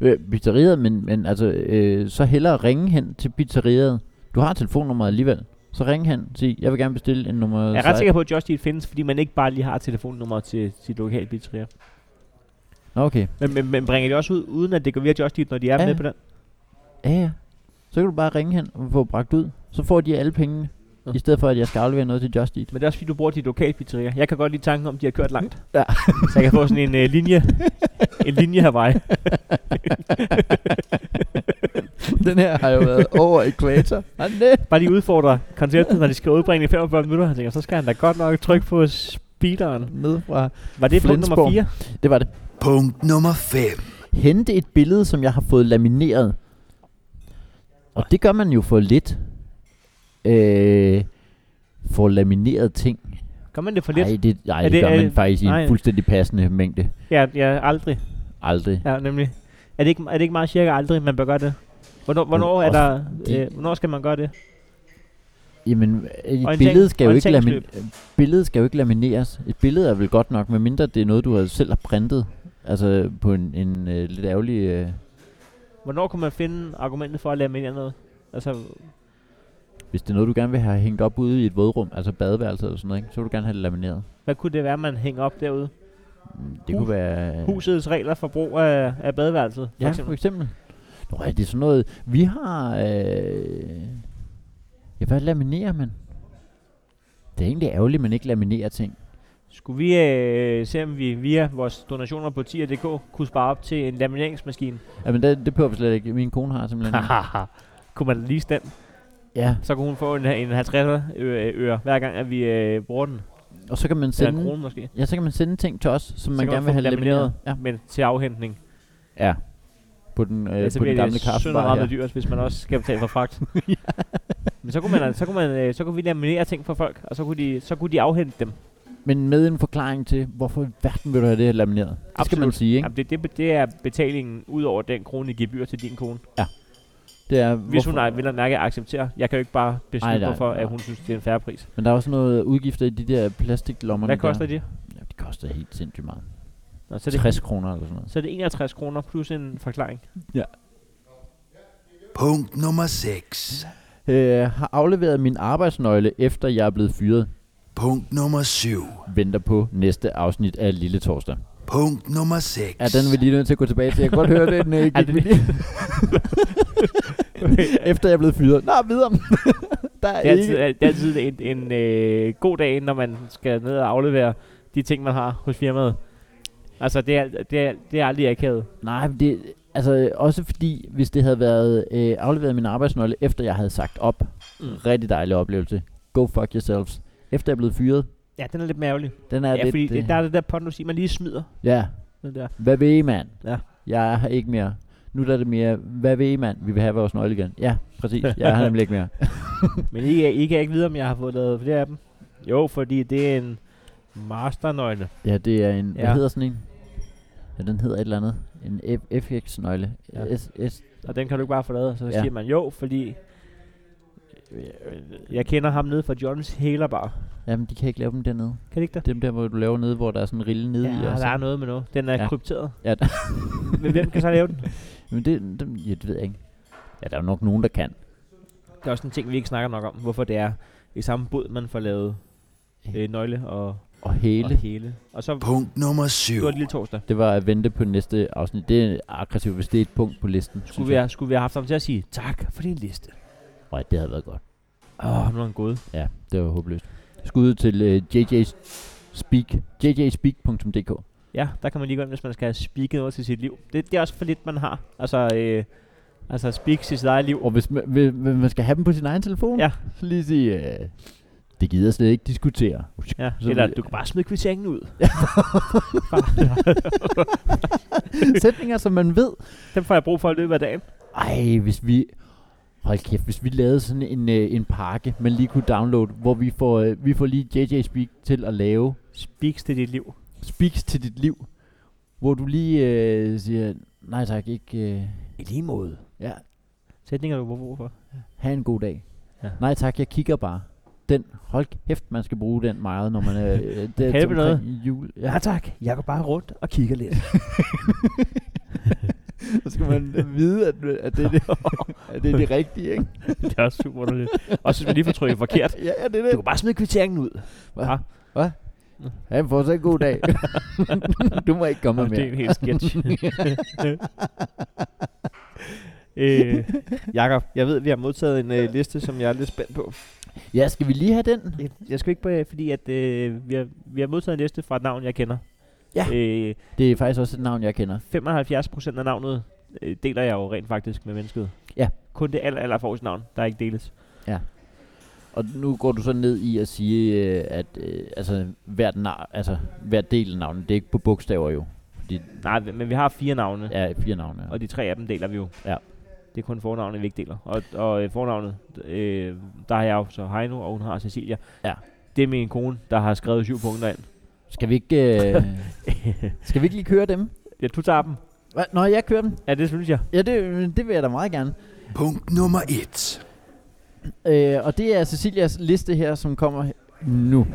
Øh, pizzeriet, men, men altså, øh, så hellere ringe hen til pizzeriet. Du har telefonnummeret alligevel. Så ring hen og sig, jeg vil gerne bestille en nummer Jeg er ret sikker på, at Just Eat findes, fordi man ikke bare lige har telefonnummer til sit lokale pizzeria. Nå, okay. Men, men, men bringer de også ud, uden at det går via Just Eat, når de er Ja. ja. med på den? Ja, ja. Så kan du bare ringe hen og få bragt ud. Så får de alle pengene. Nå. I stedet for, at jeg skal aflevere noget til Just Eat. Men det er også fordi, du bruger dit lokale pizzeria. Jeg kan godt lide tanken om, de har kørt langt. Ja. Så jeg kan få sådan en øh, linje. En linje Hawaii. Den her har jo været over ekvator. Har den det? Bare lige udfordrer konceptet, når de skal udbringe i 45 minutter. Jeg tænker, så skal han da godt nok trykke på speederen. Ned fra... Var det punkt nummer Flensborg. 4? Det var det. Punkt nummer 5. hente et billede, som jeg har fået lamineret. Og det gør man jo for lidt. Øh, for lamineret ting. Gør man det for lidt? Nej, det, ej, Er det- det, det gør er man det- faktisk i nej. en fuldstændig passende mængde. Ja, ja, aldrig. Aldrig. Ja, nemlig. Er det ikke, er det ikke meget cirka aldrig, man bør gøre det? Hvornår, hvornår, er også der, fordi- øh, hvornår skal man gøre det? Jamen, øh, et Orientering- billede skal, jo ikke lamin- øh, orienteringsløb. billede skal jo ikke lamineres. Et billede er vel godt nok, medmindre det er noget, du har selv har printet. Altså på en, en øh, lidt ærgerlig... Øh, Hvornår kunne man finde argumentet for at lade mere noget? Altså, hvis det er noget, du gerne vil have hængt op ude i et vådrum, altså badeværelset eller sådan noget, ikke? så vil du gerne have det lamineret. hvad kunne det være, man hænger op derude? Mm, Det Hus- kunne være... Husets regler for brug af, af badeværelset, for Ja, for eksempel. eksempel. Nå, ja, det er sådan noget... Vi har... Øh... Ja, hvad laminerer man? Det er egentlig ærgerligt, at man ikke laminerer ting. Skulle vi øh, se, om vi via vores donationer på tier.dk kunne spare op til en lamineringsmaskine? Ja, men det, det behøver vi slet ikke. Min kone har simpelthen... en. Haha. kunne man lease den? ja, Så kunne hun få en, en 50 øre, øre, hver gang, at vi øh, bruger den. og så kan man Eller en sende... krone måske. Ja, så kan man sende ting til os, som man kan man gerne vil få have dem lamineret. Ja. Men til afhentning. ja. På den, øh, Ellers så på den bliver gamle det sønderhammet kaffebar her. dyrt, hvis man også skal betale for fragt. Men så kunne, man, al- så, kunne man, øh, så kunne vi laminere ting for folk, og så kunne de, så kunne de afhente dem. Men med en forklaring til, hvorfor i verden vil du have det her lamineret? Det skal man Absolut. sige, ikke? Jamen, det, det, det er betalingen ud over den krone i gebyr til din kone. Det er, Hvis hvorfor, hun er, vil og mærke acceptere. Jeg kan jo ikke bare Ej, beslutte nej, mig for, at nej. hun synes, det er en færre pris. Men der er også noget udgifter i de der plastiklommer. Hvad koster de? Ja, de koster koster helt sindssygt meget. Nå, så, er det, 60 kroner eller sådan noget. så er det 61 kroner plus en forklaring. Punkt nummer 6. Øh, har afleveret min arbejdsnøgle, efter jeg er blevet fyret. Punkt nummer 7. Venter på næste afsnit af Lille Torsdag. Punkt nummer 6. Ja, den er vi lige nødt til at gå tilbage til. Jeg kan godt høre, den øh, gik det vi lige. Efter jeg er blevet fyret. Nå, videre. der er Det er altid, ikke... det er altid en, en øh, god dag, når man skal ned og aflevere de ting, man har hos firmaet. Altså, det er, det er, det er aldrig akavet. Nej, men det, altså også fordi, hvis det havde været øh, afleveret min arbejdsnøgle, efter jeg havde sagt op. Mm. Rigtig dejlig oplevelse. Go fuck yourselves. Efter jeg er blevet fyret. Ja, den er lidt mærkelig. Den er Ja, ja lidt, fordi øh, det, der er det der pondus i, man lige smider. Ja, Den der. hvad ved I, mand? Ja. Jeg er her ikke mere. Nu er det mere, hvad ved I, mand? Vi vil have vores nøgle igen. Ja, præcis. Jeg er her nemlig ikke mere. Men I, I kan ikke vide, om jeg har fået lavet flere af dem. Jo, fordi det er en masternøgle. Ja, det er en... Ja. Ja. Hvad hedder sådan en? Ja, den hedder et eller andet. En F- FX-nøgle. Ja. Ja. S- S- Og den kan du ikke bare få lavet. Så Ja. ja. siger man jo, fordi Øh, jeg kender ham nede fra Johns hælerbar. Jamen, de kan ikke lave dem dernede. Kan det ikke det? Dem der, hvor du laver nede, hvor der er sådan en rille nede Ja, i. og der sådan- er noget med noget. Den er Ja. ja. krypteret. Ja. Men hvem kan så lave den? Men det, dem, ja, det ved jeg ikke. Ja, der er jo nok nogen, der kan. Det er også en ting, vi ikke snakker nok om, hvorfor det er i samme båd, man får lavet øh, nøgle og, Og og hele. hele. Og så Punkt nummer det var 7. det lille torsdag. Det var at vente på næste afsnit. Det er aggressivt, hvis det er et punkt på listen. Skulle vi, have, skulle vi have haft ham til at sige, tak for din liste. Nej, det havde været godt. Åh, oh, nu er han god. Ja, det var håbløst. Skud til uh, JJ Speak. jjspeak.dk Ja, der kan man lige gå ind, hvis man skal have speaket over til sit liv. Det, det er også for lidt, man har. Altså, øh, altså speak til sit eget liv. Og hvis man, hvis hvis man skal have dem på sin egen telefon, Ja. så lige sige, uh, det gider jeg slet ikke diskutere. Ja, Så eller vi- du kan bare smide kvitteringen ud. Sætninger, som man ved. Den får jeg brug for i løbet af dagen. Ej, hvis vi... Hold kæft, hvis vi lavede sådan en, øh, en pakke, man lige kunne downloade, hvor vi får, øh, vi får lige JJ Speak til at lave Speaks til dit liv. speaks til dit liv, hvor du lige øh, siger, nej tak, ikke... Øh, I lige måde. ja, Sætninger, du har brug for. have en god dag. Ja. Ja. Nej tak, jeg kigger bare. Den, hold kæft, man skal bruge den meget, når man er... Øh, det det med noget? Jul. Ja, tak. Jeg går bare rundt og kigger lidt. så skal øh. man vide, at, at, det, er det, at det er det rigtige, ikke? det er også super underligt. Også hvis man lige får trykket forkert. Ja, ja, det er Du kan bare smide kvitteringen ud. Hva? Hva? Ha' en fortsat god dag. du må ikke komme Og med det er en mere. helt sketch. øh, Jakob, jeg ved, vi har modtaget en øh, liste, som jeg er lidt spændt på. Ja, skal vi lige have den? Jeg, jeg skal ikke på, øh, fordi at, øh, vi, har, vi har modtaget en liste fra et navn, jeg kender. Ja. Øh, Det er faktisk også et navn, jeg kender. 75 procent af navnet øh, deler jeg jo rent faktisk med mennesket. Ja. Kun det aller, aller forreste navn, der ikke deles. Og nu går du så ned i at sige, øh, at øh, altså, hvert, nav- altså, hver del af navnet, det er ikke på bogstaver jo. Fordi Nej, men vi har fire navne, ja. der er fire navne. og de tre af dem deler vi jo. Ja. Det er kun fornavnet, vi ikke deler. Og, og øh, fornavnet, øh, der har jeg jo så Heino, og hun har Cecilia. Ja. Det er min kone, der har skrevet syv punkter ind. Skal vi ikke, øh, skal vi ikke lige køre dem? Ja, du tager dem. Hva? Nå, jeg kører dem. Ja, det synes jeg. Ja, det, det vil jeg da meget gerne. Punkt nummer 1. Øh, og det er Cecilias liste her, som kommer nu.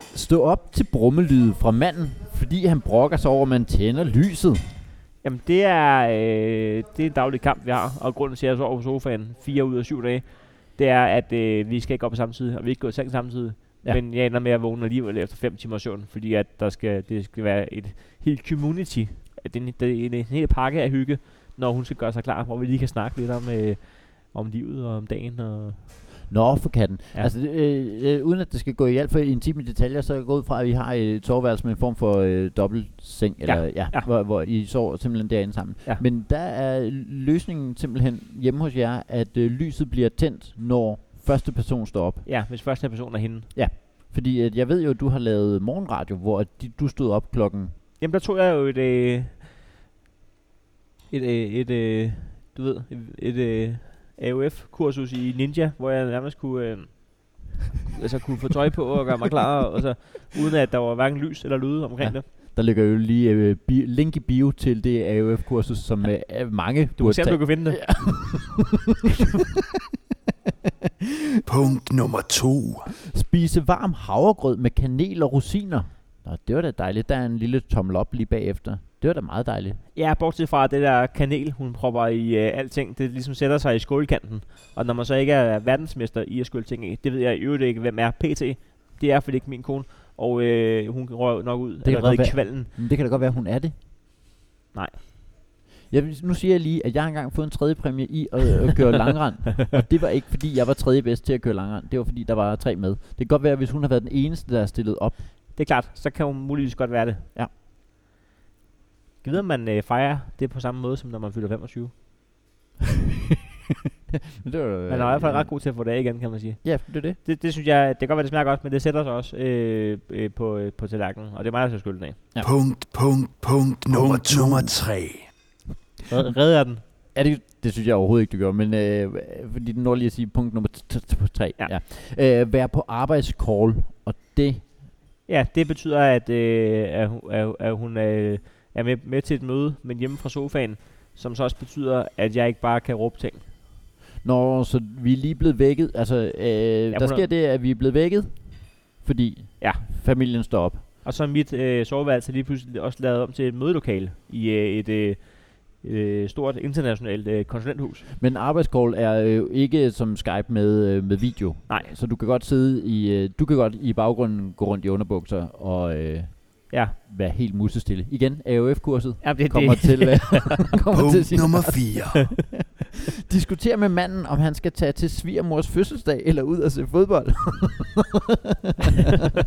Stå op til brummelyde fra manden, fordi han brokker sig over, at man tænder lyset. Jamen, det er, øh, det er en daglig kamp, vi har. Og grunden til, at jeg sover på sofaen fire ud af syv dage, det er, at øh, vi skal ikke op på samme tid, og vi ikke gå i seng samtidig. Ja. Ja. Men jeg ender med at vågne alligevel efter 5 timer søvn, fordi at der skal, det skal være et helt community. Det er, en, det er en, en hel pakke af hygge, når hun skal gøre sig klar, hvor vi lige kan snakke lidt om, øh, om livet og om dagen. Og Nå, for katten. Ja. Ja. Altså, det, øh, øh, uden at det skal gå i alt for intime detaljer, så er jeg gået ud fra, at I har et soveværelse med en form for øh, dobbelt seng, eller, ja. Ja, ja. Ja. Hvor, hvor I sover simpelthen derinde sammen. Ja. Ja. Men der er løsningen simpelthen hjemme hos jer, at øh, lyset bliver tændt, når første person står op. ja, hvis første person er hende. Fordi at jeg ved jo, at du har lavet morgenradio, hvor at de, du stod op klokken... Jamen, der tog jeg jo et... Øh, et, øh, et, øh, du ved, et øh, AOF-kursus i Ninja, hvor jeg nærmest kunne, øh, altså kunne få tøj på og gøre mig klar, og så, uden at der var hverken lys eller lyde omkring Ja, ja, det. Der ligger jo lige øh, bi- link i bio til det AOF-kursus, som øh, er mange Du må se, om du kan finde det. Punkt nummer 2. Spise varm havregrød med kanel og rosiner. Nå, det var da dejligt. Der er en lille tommel op lige bagefter. Det var da meget dejligt. Ja, bortset fra det der kanel, hun propper i øh, alting, det ligesom sætter sig i skålkanten. Og når man så ikke er verdensmester i at skylde ting i, det ved jeg i øvrigt ikke, hvem er PT. Det er fordi ikke min kone, og øh, hun rører nok ud det kan allerede i godt være. kvalden. Men det kan da godt være, hun er det. Nej. Jeg, vil- nu siger jeg lige, at jeg har engang fået en tredje præmie i at, øh, at køre langrand. Og det var ikke, fordi jeg var tredje bedst til at køre langrand. Det var, fordi der var tre med. Det kan godt være, at hvis hun har været den eneste, der er stillet op. Det er klart, så kan hun muligvis godt være det. Ja. Kan vide, om man øh, fejrer det på samme måde, som når man fylder 25? Men det var, Man er i hvert fald ret god til at få det af igen, kan man sige. Ja, det er det. Det, det synes jeg, det kan godt være, det smager godt, men det sætter sig også øh, øh, på, øh, på tallerkenen, og det er mig, der skal skylden af. Ja. Punkt, punkt, punkt nummer, Punkt to. nummer tre. Red- Redder den. Ja, det, det synes jeg overhovedet ikke, du gør, men øh, fordi den når lige at sige punkt nummer t- t- t- tre. Ja. Ja. Øh, være på arbejdscall, og det... Ja, det betyder, at, øh, at, hun- at, at hun øh, er med, med til et møde, men hjemme fra sofaen, som så også betyder, at jeg ikke bare kan råbe ting. Når så vi er lige blevet vækket, altså øh, der hun er- sker det, at vi er blevet vækket, fordi Ja. familien står op. Og så er mit øh, soveværelse lige pludselig også lavet om til et mødelokale i øh, et øh, øh, stort internationalt øh, konsulenthus. Men arbejdscall er jo ikke som Skype med, øh, med video. Nej. Så du kan godt sidde i, øh, du kan godt i baggrunden gå rundt i underbukser og øh, Ja, være helt musestille. Igen, AOF-kurset ja det, kommer det, til, øh, kommer til Punkt sin nummer fire. Diskuter med manden, om han skal tage til svigermors fødselsdag eller ud og se fodbold.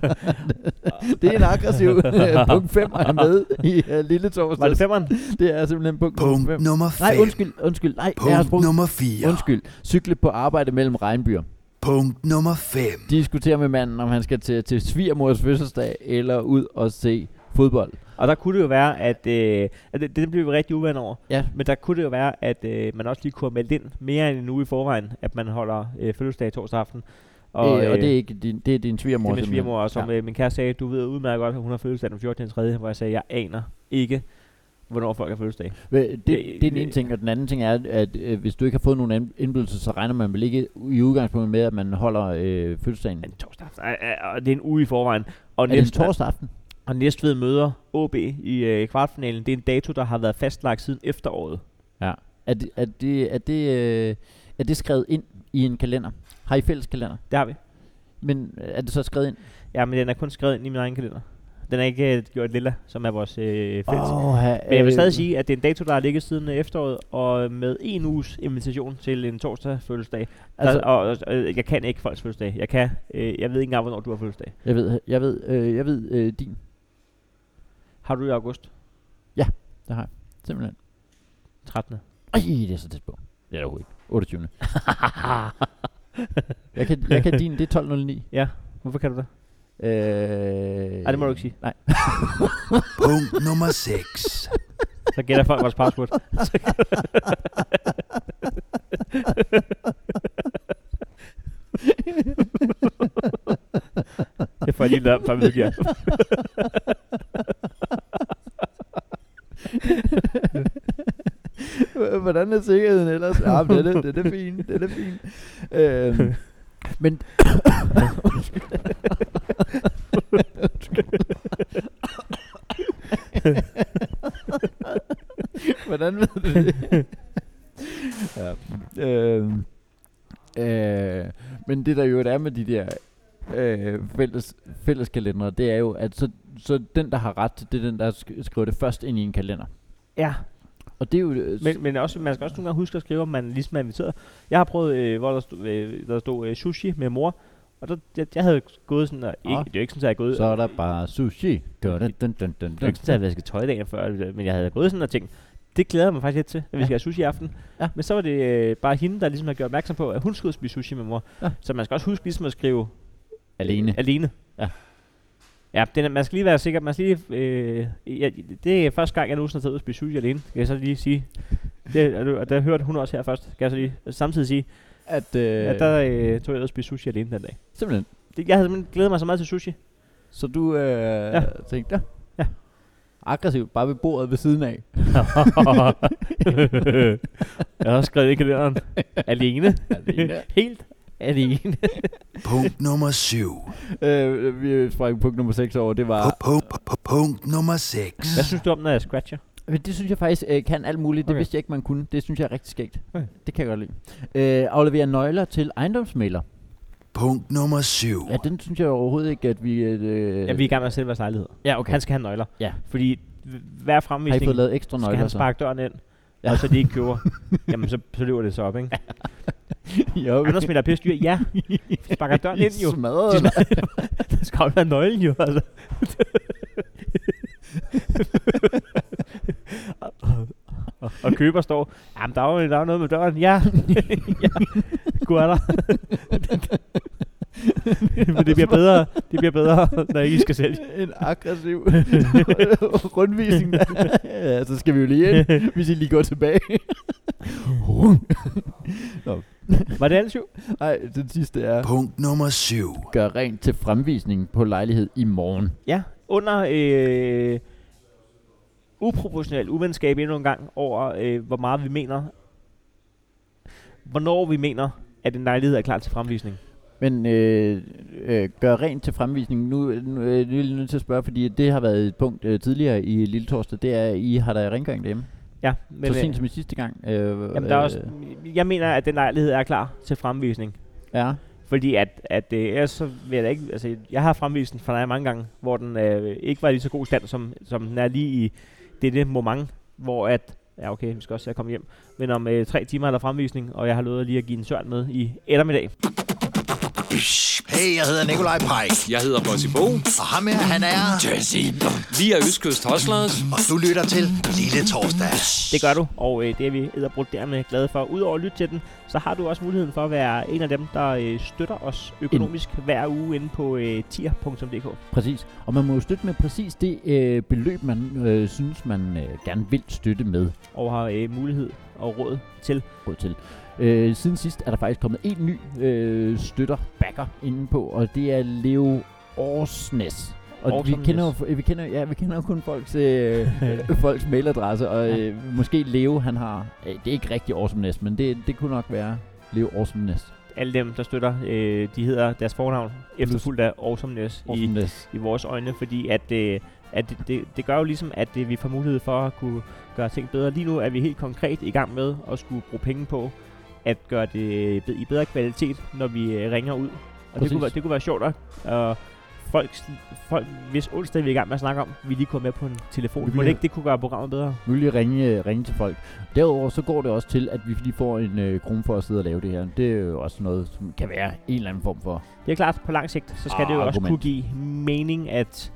det er en aggressiv øh, punkt 5 at have med i uh, Lille var det Torsdags. femmeren? Det er simpelthen punkt, punkt 5. Punkt nummer Nej, fem. undskyld, undskyld. Nej, jeg har Punkt sprunget. nummer fire. Undskyld. Cykle på arbejde mellem regnbyer. Punkt nummer fem. Diskuter med manden, om han skal til, til svigermors fødselsdag eller ud og se fodbold. Og der kunne det jo være, at, øh, at det, det blev vi rigtig uvenner over. Ja. Men der kunne det jo være, at øh, man også lige kunne have meldt ind mere end en uge i forvejen, at man holder øh, fødselsdag torsdag aften. Og, øh, og øh, det er ikke din, det er din Det svigermor. er min simpelthen. svigermor, og som Ja. ja. min kæreste sagde, du ved udmærket godt, at hun har fødselsdag den 14. 3., hvor jeg sagde, jeg aner ikke, hvornår folk har fødselsdag. Hvad- Det, det er den det- ene ting, og den anden ting er, at øh, hvis du ikke har fået nogen an- indbydelse, så regner man vel ikke i udgangspunktet med, at man holder øh, fødselsdagen. Men torsdag aften, ej, ej, og det er en uge i forvejen. Og, Er det en næst, torsdag aften? og Næstved møder OB i øh, kvartfinalen. Det er en dato, der har været fastlagt siden efteråret. Er det, er, det, er, det, øh, er det skrevet ind i en kalender? Har I fælles kalender? Det har vi. Men er det så skrevet ind? Ja, men den er kun skrevet ind i min egen kalender. Den er ikke øh, gjort lilla, som er vores øh, fælles. Oh. ha, øh, Men jeg vil stadig sige, at det er en dato, der har ligget siden øh, efteråret, og med en uges invitation til en torsdag fødselsdag. Altså, Altså- der, og, og, og, jeg kan ikke folks fødselsdag. Jeg kan, øh, jeg ved ikke engang, hvornår du har fødselsdag. Jeg ved, jeg ved, øh, jeg ved øh, din. Har du i august? Det har jeg. Simpelthen. 13. Ej, det er så tæt på. Det er det overhovedet ikke. 28. jeg, kan, jeg kan din, det er 12.09. Ja, hvorfor kan du det? Øh, Ej, det må du ikke sige. Nej. Punkt nummer seks. Så gætter folk vores password. det får jeg lige lavet, før vi udgiver. Hvordan er sikkerheden ellers? Ja, men det, det, det er fint, det er fint. Øhm, men... Hvordan ved du det? ja. øhm, øh, men det der jo er med de der øh, fælles, fælleskalendere, det er jo, at så, så den, der har ret, det er den, der sk- skriver det først ind i en kalender. Ja, Og det er jo... øh, men, men også, man skal også nogle gange huske at skrive, om man ligesom er inviteret. Jeg har prøvet, øh, hvor der stod, øh, der stod øh, sushi med mor, og der, jeg, jeg havde gået sådan, og ikke, Ah. det er jo ikke sådan, at jeg er gået Så er der bare sushi. Dun, dun, dun, dun, dun, Det var ikke sådan, at jeg havde vasket tøj dagen før, øh, men jeg havde gået sådan og tænkt, det glæder jeg mig faktisk lidt til, at vi skal have sushi i aften. Ja. Men så var det øh, bare hende, der ligesom har gjort opmærksom på, at hun skulle ud og spise sushi med mor. Ja. Så man skal også huske ligesom at skrive Alene. alene. Ja. Ja, den, er- man skal lige være sikker. Man skal lige, øh, ja, det er første gang, jeg nogensinde har taget ud og spise sushi alene. Kan jeg så lige sige. Det, og du- og der hørte hun også her først. Kan jeg så lige samtidig sige, At, øh, at der øh, tog jeg ud og spise sushi alene den dag. Simpelthen. Det, jeg havde simpelthen glædet mig så meget til sushi. Så du øh, ja. tænkte, ja. Ja. Aggressivt, bare ved bordet ved siden af. jeg har også skrevet i kalenderen. Alene. Alene. Helt er det en. Punkt nummer 7. Øh, vi sprang punkt nummer 6 over, det var... Punkt nummer 6. Hvad synes du om, når jeg scratcher? Men det synes jeg faktisk øh, kan alt muligt. Det Okay. vidste jeg ikke, man kunne. Det synes jeg er rigtig skægt. Okay. Det kan jeg godt lide. Øh, aflevere nøgler til ejendomsmæler. Punkt nummer 7. Ja, den synes jeg overhovedet ikke, at vi... Øh, Jamen, vi er i gang med at sælge vores lejlighed. ja, okay. Han skal have nøgler. Ja. Fordi hver Har I fremvisning fået lavet ekstra skal nøgler? han så? sparke døren ind, Ja. ja. og så de ikke køber. Jamen, så, så løber det så op, ikke? jo, okay. Anders smitter pisse dyr, ja. Sparker døren ind jo. Smadret. De Der skal holde nøglen jo, altså. og, og, og køber står, jamen der er jo der er jo noget med døren, ja. ja. Gud er der. Men det bliver bedre, det bliver bedre, når I skal sælge. en aggressiv rundvisning. ja, så skal vi jo lige ind, hvis I lige går tilbage. Var det alle syv? Nej, den sidste er... Punkt nummer 7. Gør rent til fremvisning på lejlighed i morgen. Ja, under øh, uproportionel uvenskab endnu en gang over, øh, hvor meget vi mener, hvornår vi mener, at en lejlighed er klar til fremvisning. Men øh, øh, gør rent til fremvisning. Nu, nu øh, nu er jeg nødt til at spørge, fordi det har været et punkt øh, tidligere i Lille Torsdag. Det er, at I har der rengøring derhjemme. Ja, Men, så øh, sent som i sidste gang. Øh, Jamen, der er også, jeg mener, at den lejlighed er klar til fremvisning. Ja, Fordi at, at øh, ellers så vil jeg da ikke, altså, jeg har fremvist den for dig mange gange, hvor den øh, ikke var i lige så god stand, som, som den er lige i dette moment, hvor at, ja okay, vi skal også se at komme hjem, men om øh, tre timer er der fremvisning, og jeg har lovet lige at give en søren med i ettermiddag. Hey, jeg hedder Nikolaj Pajk. Jeg hedder Bossy Bo. Og ham her, han er... Jesse. Vi er Østkyst Hustlers. Og du lytter til Lille Torsdag. Det gør du, og øh, det er vi edderbrudt dermed glade for. Udover at lytte til den, så har du også muligheden for at være en af dem, der øh, støtter os økonomisk hver uge inde på øh, tier.dk. præcis. Og man må jo støtte med præcis det øh, beløb, man øh, synes, man øh, gerne vil støtte med. og har øh, mulighed og råd til. råd til. Øh, siden sidst er der faktisk kommet en ny øh, støtter, backer, inde på, og det er Leo Årsnes. Og vi Årsnes. kender, jo, vi, kender, ja, vi kender jo kun folks, øh, folks mailadresse, og øh, måske Leo, han har... Øh, det er ikke rigtig Årsnes, men det, det kunne nok være Leo Årsnes. Alle dem, der støtter, øh, de hedder deres fornavn, efterfulgt af awesomeness i, Årsnes. i vores øjne, fordi at, øh, at det, det, det gør jo ligesom, at øh, vi får mulighed for at kunne gøre ting bedre. Lige nu er vi helt konkret i gang med at skulle bruge penge på at gøre det øh, be- i bedre kvalitet, når vi øh, ringer ud. Og det Præcis. kunne, være, det kunne være sjovt at... Og folk, folk, hvis onsdag vi er i gang med at snakke om, vi lige kunne med på en Vi telefon. Må bliver- det ikke det kunne gøre programmet bedre? Nu vil jeg ringe, øh, ringe til folk. Derudover så går det også til, at vi lige får en øh, krone for at sidde og lave det her. Det er jo også noget, som kan være en eller anden form for... Det er klart, på lang sigt, så skal ah, det jo også Argument. kunne give mening, at,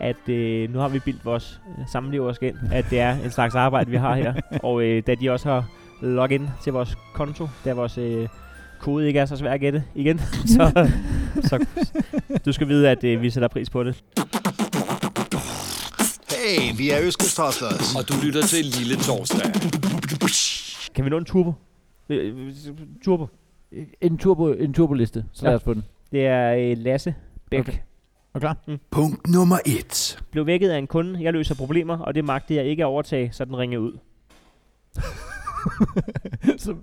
at øh, nu har vi bildt vores øh, samleverske ind, at det er en slags arbejde, vi har her. og øh, da de også har login til vores konto, da vores øh, kode ikke er så svær at gætte igen, så, så du skal vide, at øh, vi sætter pris på det. Hey, vi er Østkyst Hustlers. Og du lytter til Lille Torsdag. Kan vi nå en turbo? Øh, øh, Turbo. øh, En, turbo, en turboliste, så ja. Ja. lad os få den. Det er øh, Lasse Bæk. Okay. Er du klar? Punkt nummer 1. Blev vækket af en kunde, jeg løser problemer, og det magte jeg ikke at overtage, så den ringede ud. så,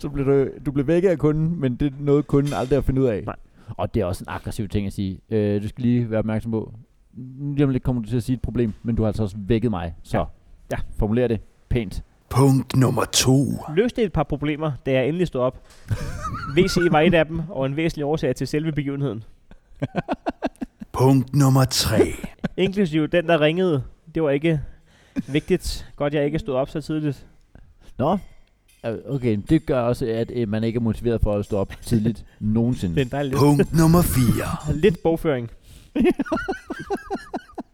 så blev du, du blev vækket af kunden, men det er noget, kunden aldrig at finde ud af. Nej. Og det er også en aggressiv ting at sige. Øh, du skal lige være opmærksom på, lige om lidt kommer du til at sige et problem, men du har altså også vækket mig, så Ja. Ja. formuler det pænt. Punkt nummer 2. løste et par problemer, da jeg endelig stod op. VC var et af dem, og en væsentlig årsag til selve begivenheden. Punkt nummer 3. Inklusive den, der ringede. Det var ikke vigtigt. Godt, jeg ikke stod op så tidligt. Nå, Øh, okay, det gør også, at øh, man ikke er motiveret for at stå op tidligt nogensinde. Det er en dejlig lidt, Punkt nummer 4. lidt bogføring.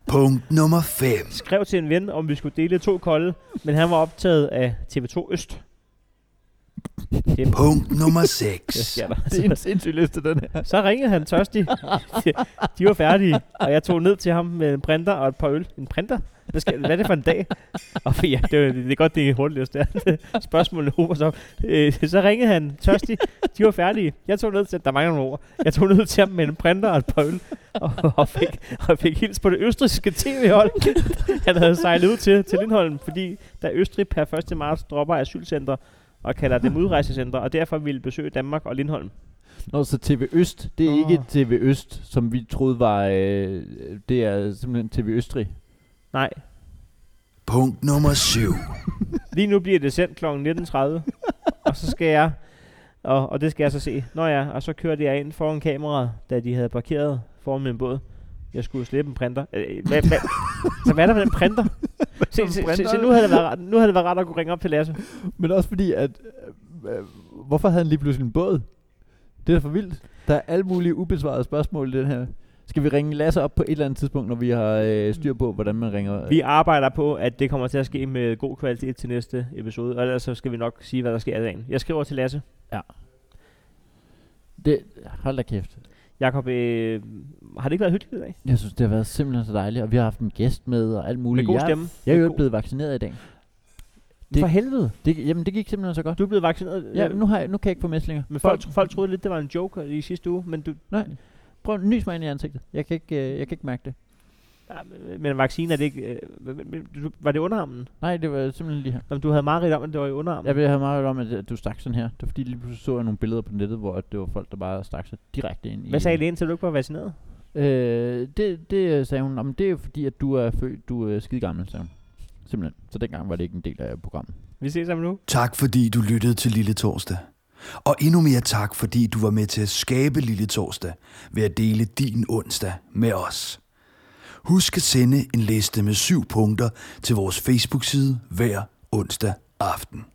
Punkt nummer 5. Skrev til en ven, om vi skulle dele to kolde, men han var optaget af TV2 Øst. Det, Punkt nummer det 6. sker der. det er en sindssyg liste, den her. Så ringede han tørstig. De var færdige, og jeg tog ned til ham med en printer og et par øl. En printer? Hvad, skal, hvad er det for en dag? Og for- ja, det, var, det er godt, det er hurtigt, det er. Spørgsmålet hober så. Øh, så ringede han tørstig. De var færdige. Jeg tog ned til, der mangler nogle ord. Jeg tog ned til ham med en printer og et par øl, og, og, fik, og fik hils på det østrigske tv-hold, han havde sejlet ud til, til Lindholm, fordi da Østrig per 1. marts dropper asylcenter, og kalder dem udrejsecentre, og derfor ville besøge Danmark og Lindholm. Nå, så TV Øst, det er Nå. oh. ikke TV Øst, som vi troede var... Øh, det er simpelthen TV Østrig. Nej, Punkt nummer 7. Lige nu bliver det sendt kl. 19.30, og så skal jeg, og, og det skal jeg så se. Nå ja, og så kørte jeg ind foran kameraet, da de havde parkeret foran min båd. Jeg skulle slippe en printer. Øh, hvad, hvad, så hvad er der med den printer? Se, se, se, se, nu, havde det været, rart- nu havde det været rart at kunne ringe op til Lasse. Men også fordi, at... Øh, øh, hvorfor havde han lige pludselig en båd? Det er da for vildt. Der er alle mulige ubesvarede spørgsmål i den her. Skal vi ringe Lasse op på et eller andet tidspunkt, når vi har øh, styr på, hvordan man ringer? Vi arbejder på, at det kommer til at ske med god kvalitet til næste episode, og ellers så skal vi nok sige, hvad der sker i dagen. Jeg skriver til Lasse. Det, hold da kæft. Jakob, øh, har det ikke været hyggeligt i dag? Jeg synes, det har været simpelthen så dejligt, og vi har haft en gæst med og alt Med muligt. god jeg, stemme. jeg er Med jo god- ikke blevet vaccineret i dag. For helvede. Det, jamen, det gik simpelthen så godt. Du er blevet vaccineret. Ja, øh, nu, har jeg, nu kan jeg ikke få mæslinger. Men folk, folk troede lidt, det var en joke i sidste uge, men du, Nej, prøv at nys mig ind i ansigtet. Jeg kan ikke, øh, jeg kan ikke mærke det. Nej, men men vaccinen er det ikke... Øh, men- men- men du- var det underarmen? Nej, det var simpelthen lige her. Jamen, du havde meget om, at det var i underarmen. Jeg ville have meget om, at at du stak sådan her. Det var fordi, lige pludselig så jeg nogle billeder på nettet, hvor at det var folk, der bare stak sig direkte ind i... Hvad sagde lægen til, at du ikke var vaccineret? Øh, det, det øh, sagde hun, om det er jo fordi, at du er født, du er skide gammel, sagde hun. Simpelthen. Så dengang var det ikke en del af programmet. Vi ses sammen nu. Tak fordi du lyttede til Lille Torsdag. Og endnu mere tak, fordi du var med til at skabe Lille Torsdag ved at dele din onsdag med os. Husk at sende en liste med syv punkter til vores Facebook-side hver onsdag aften.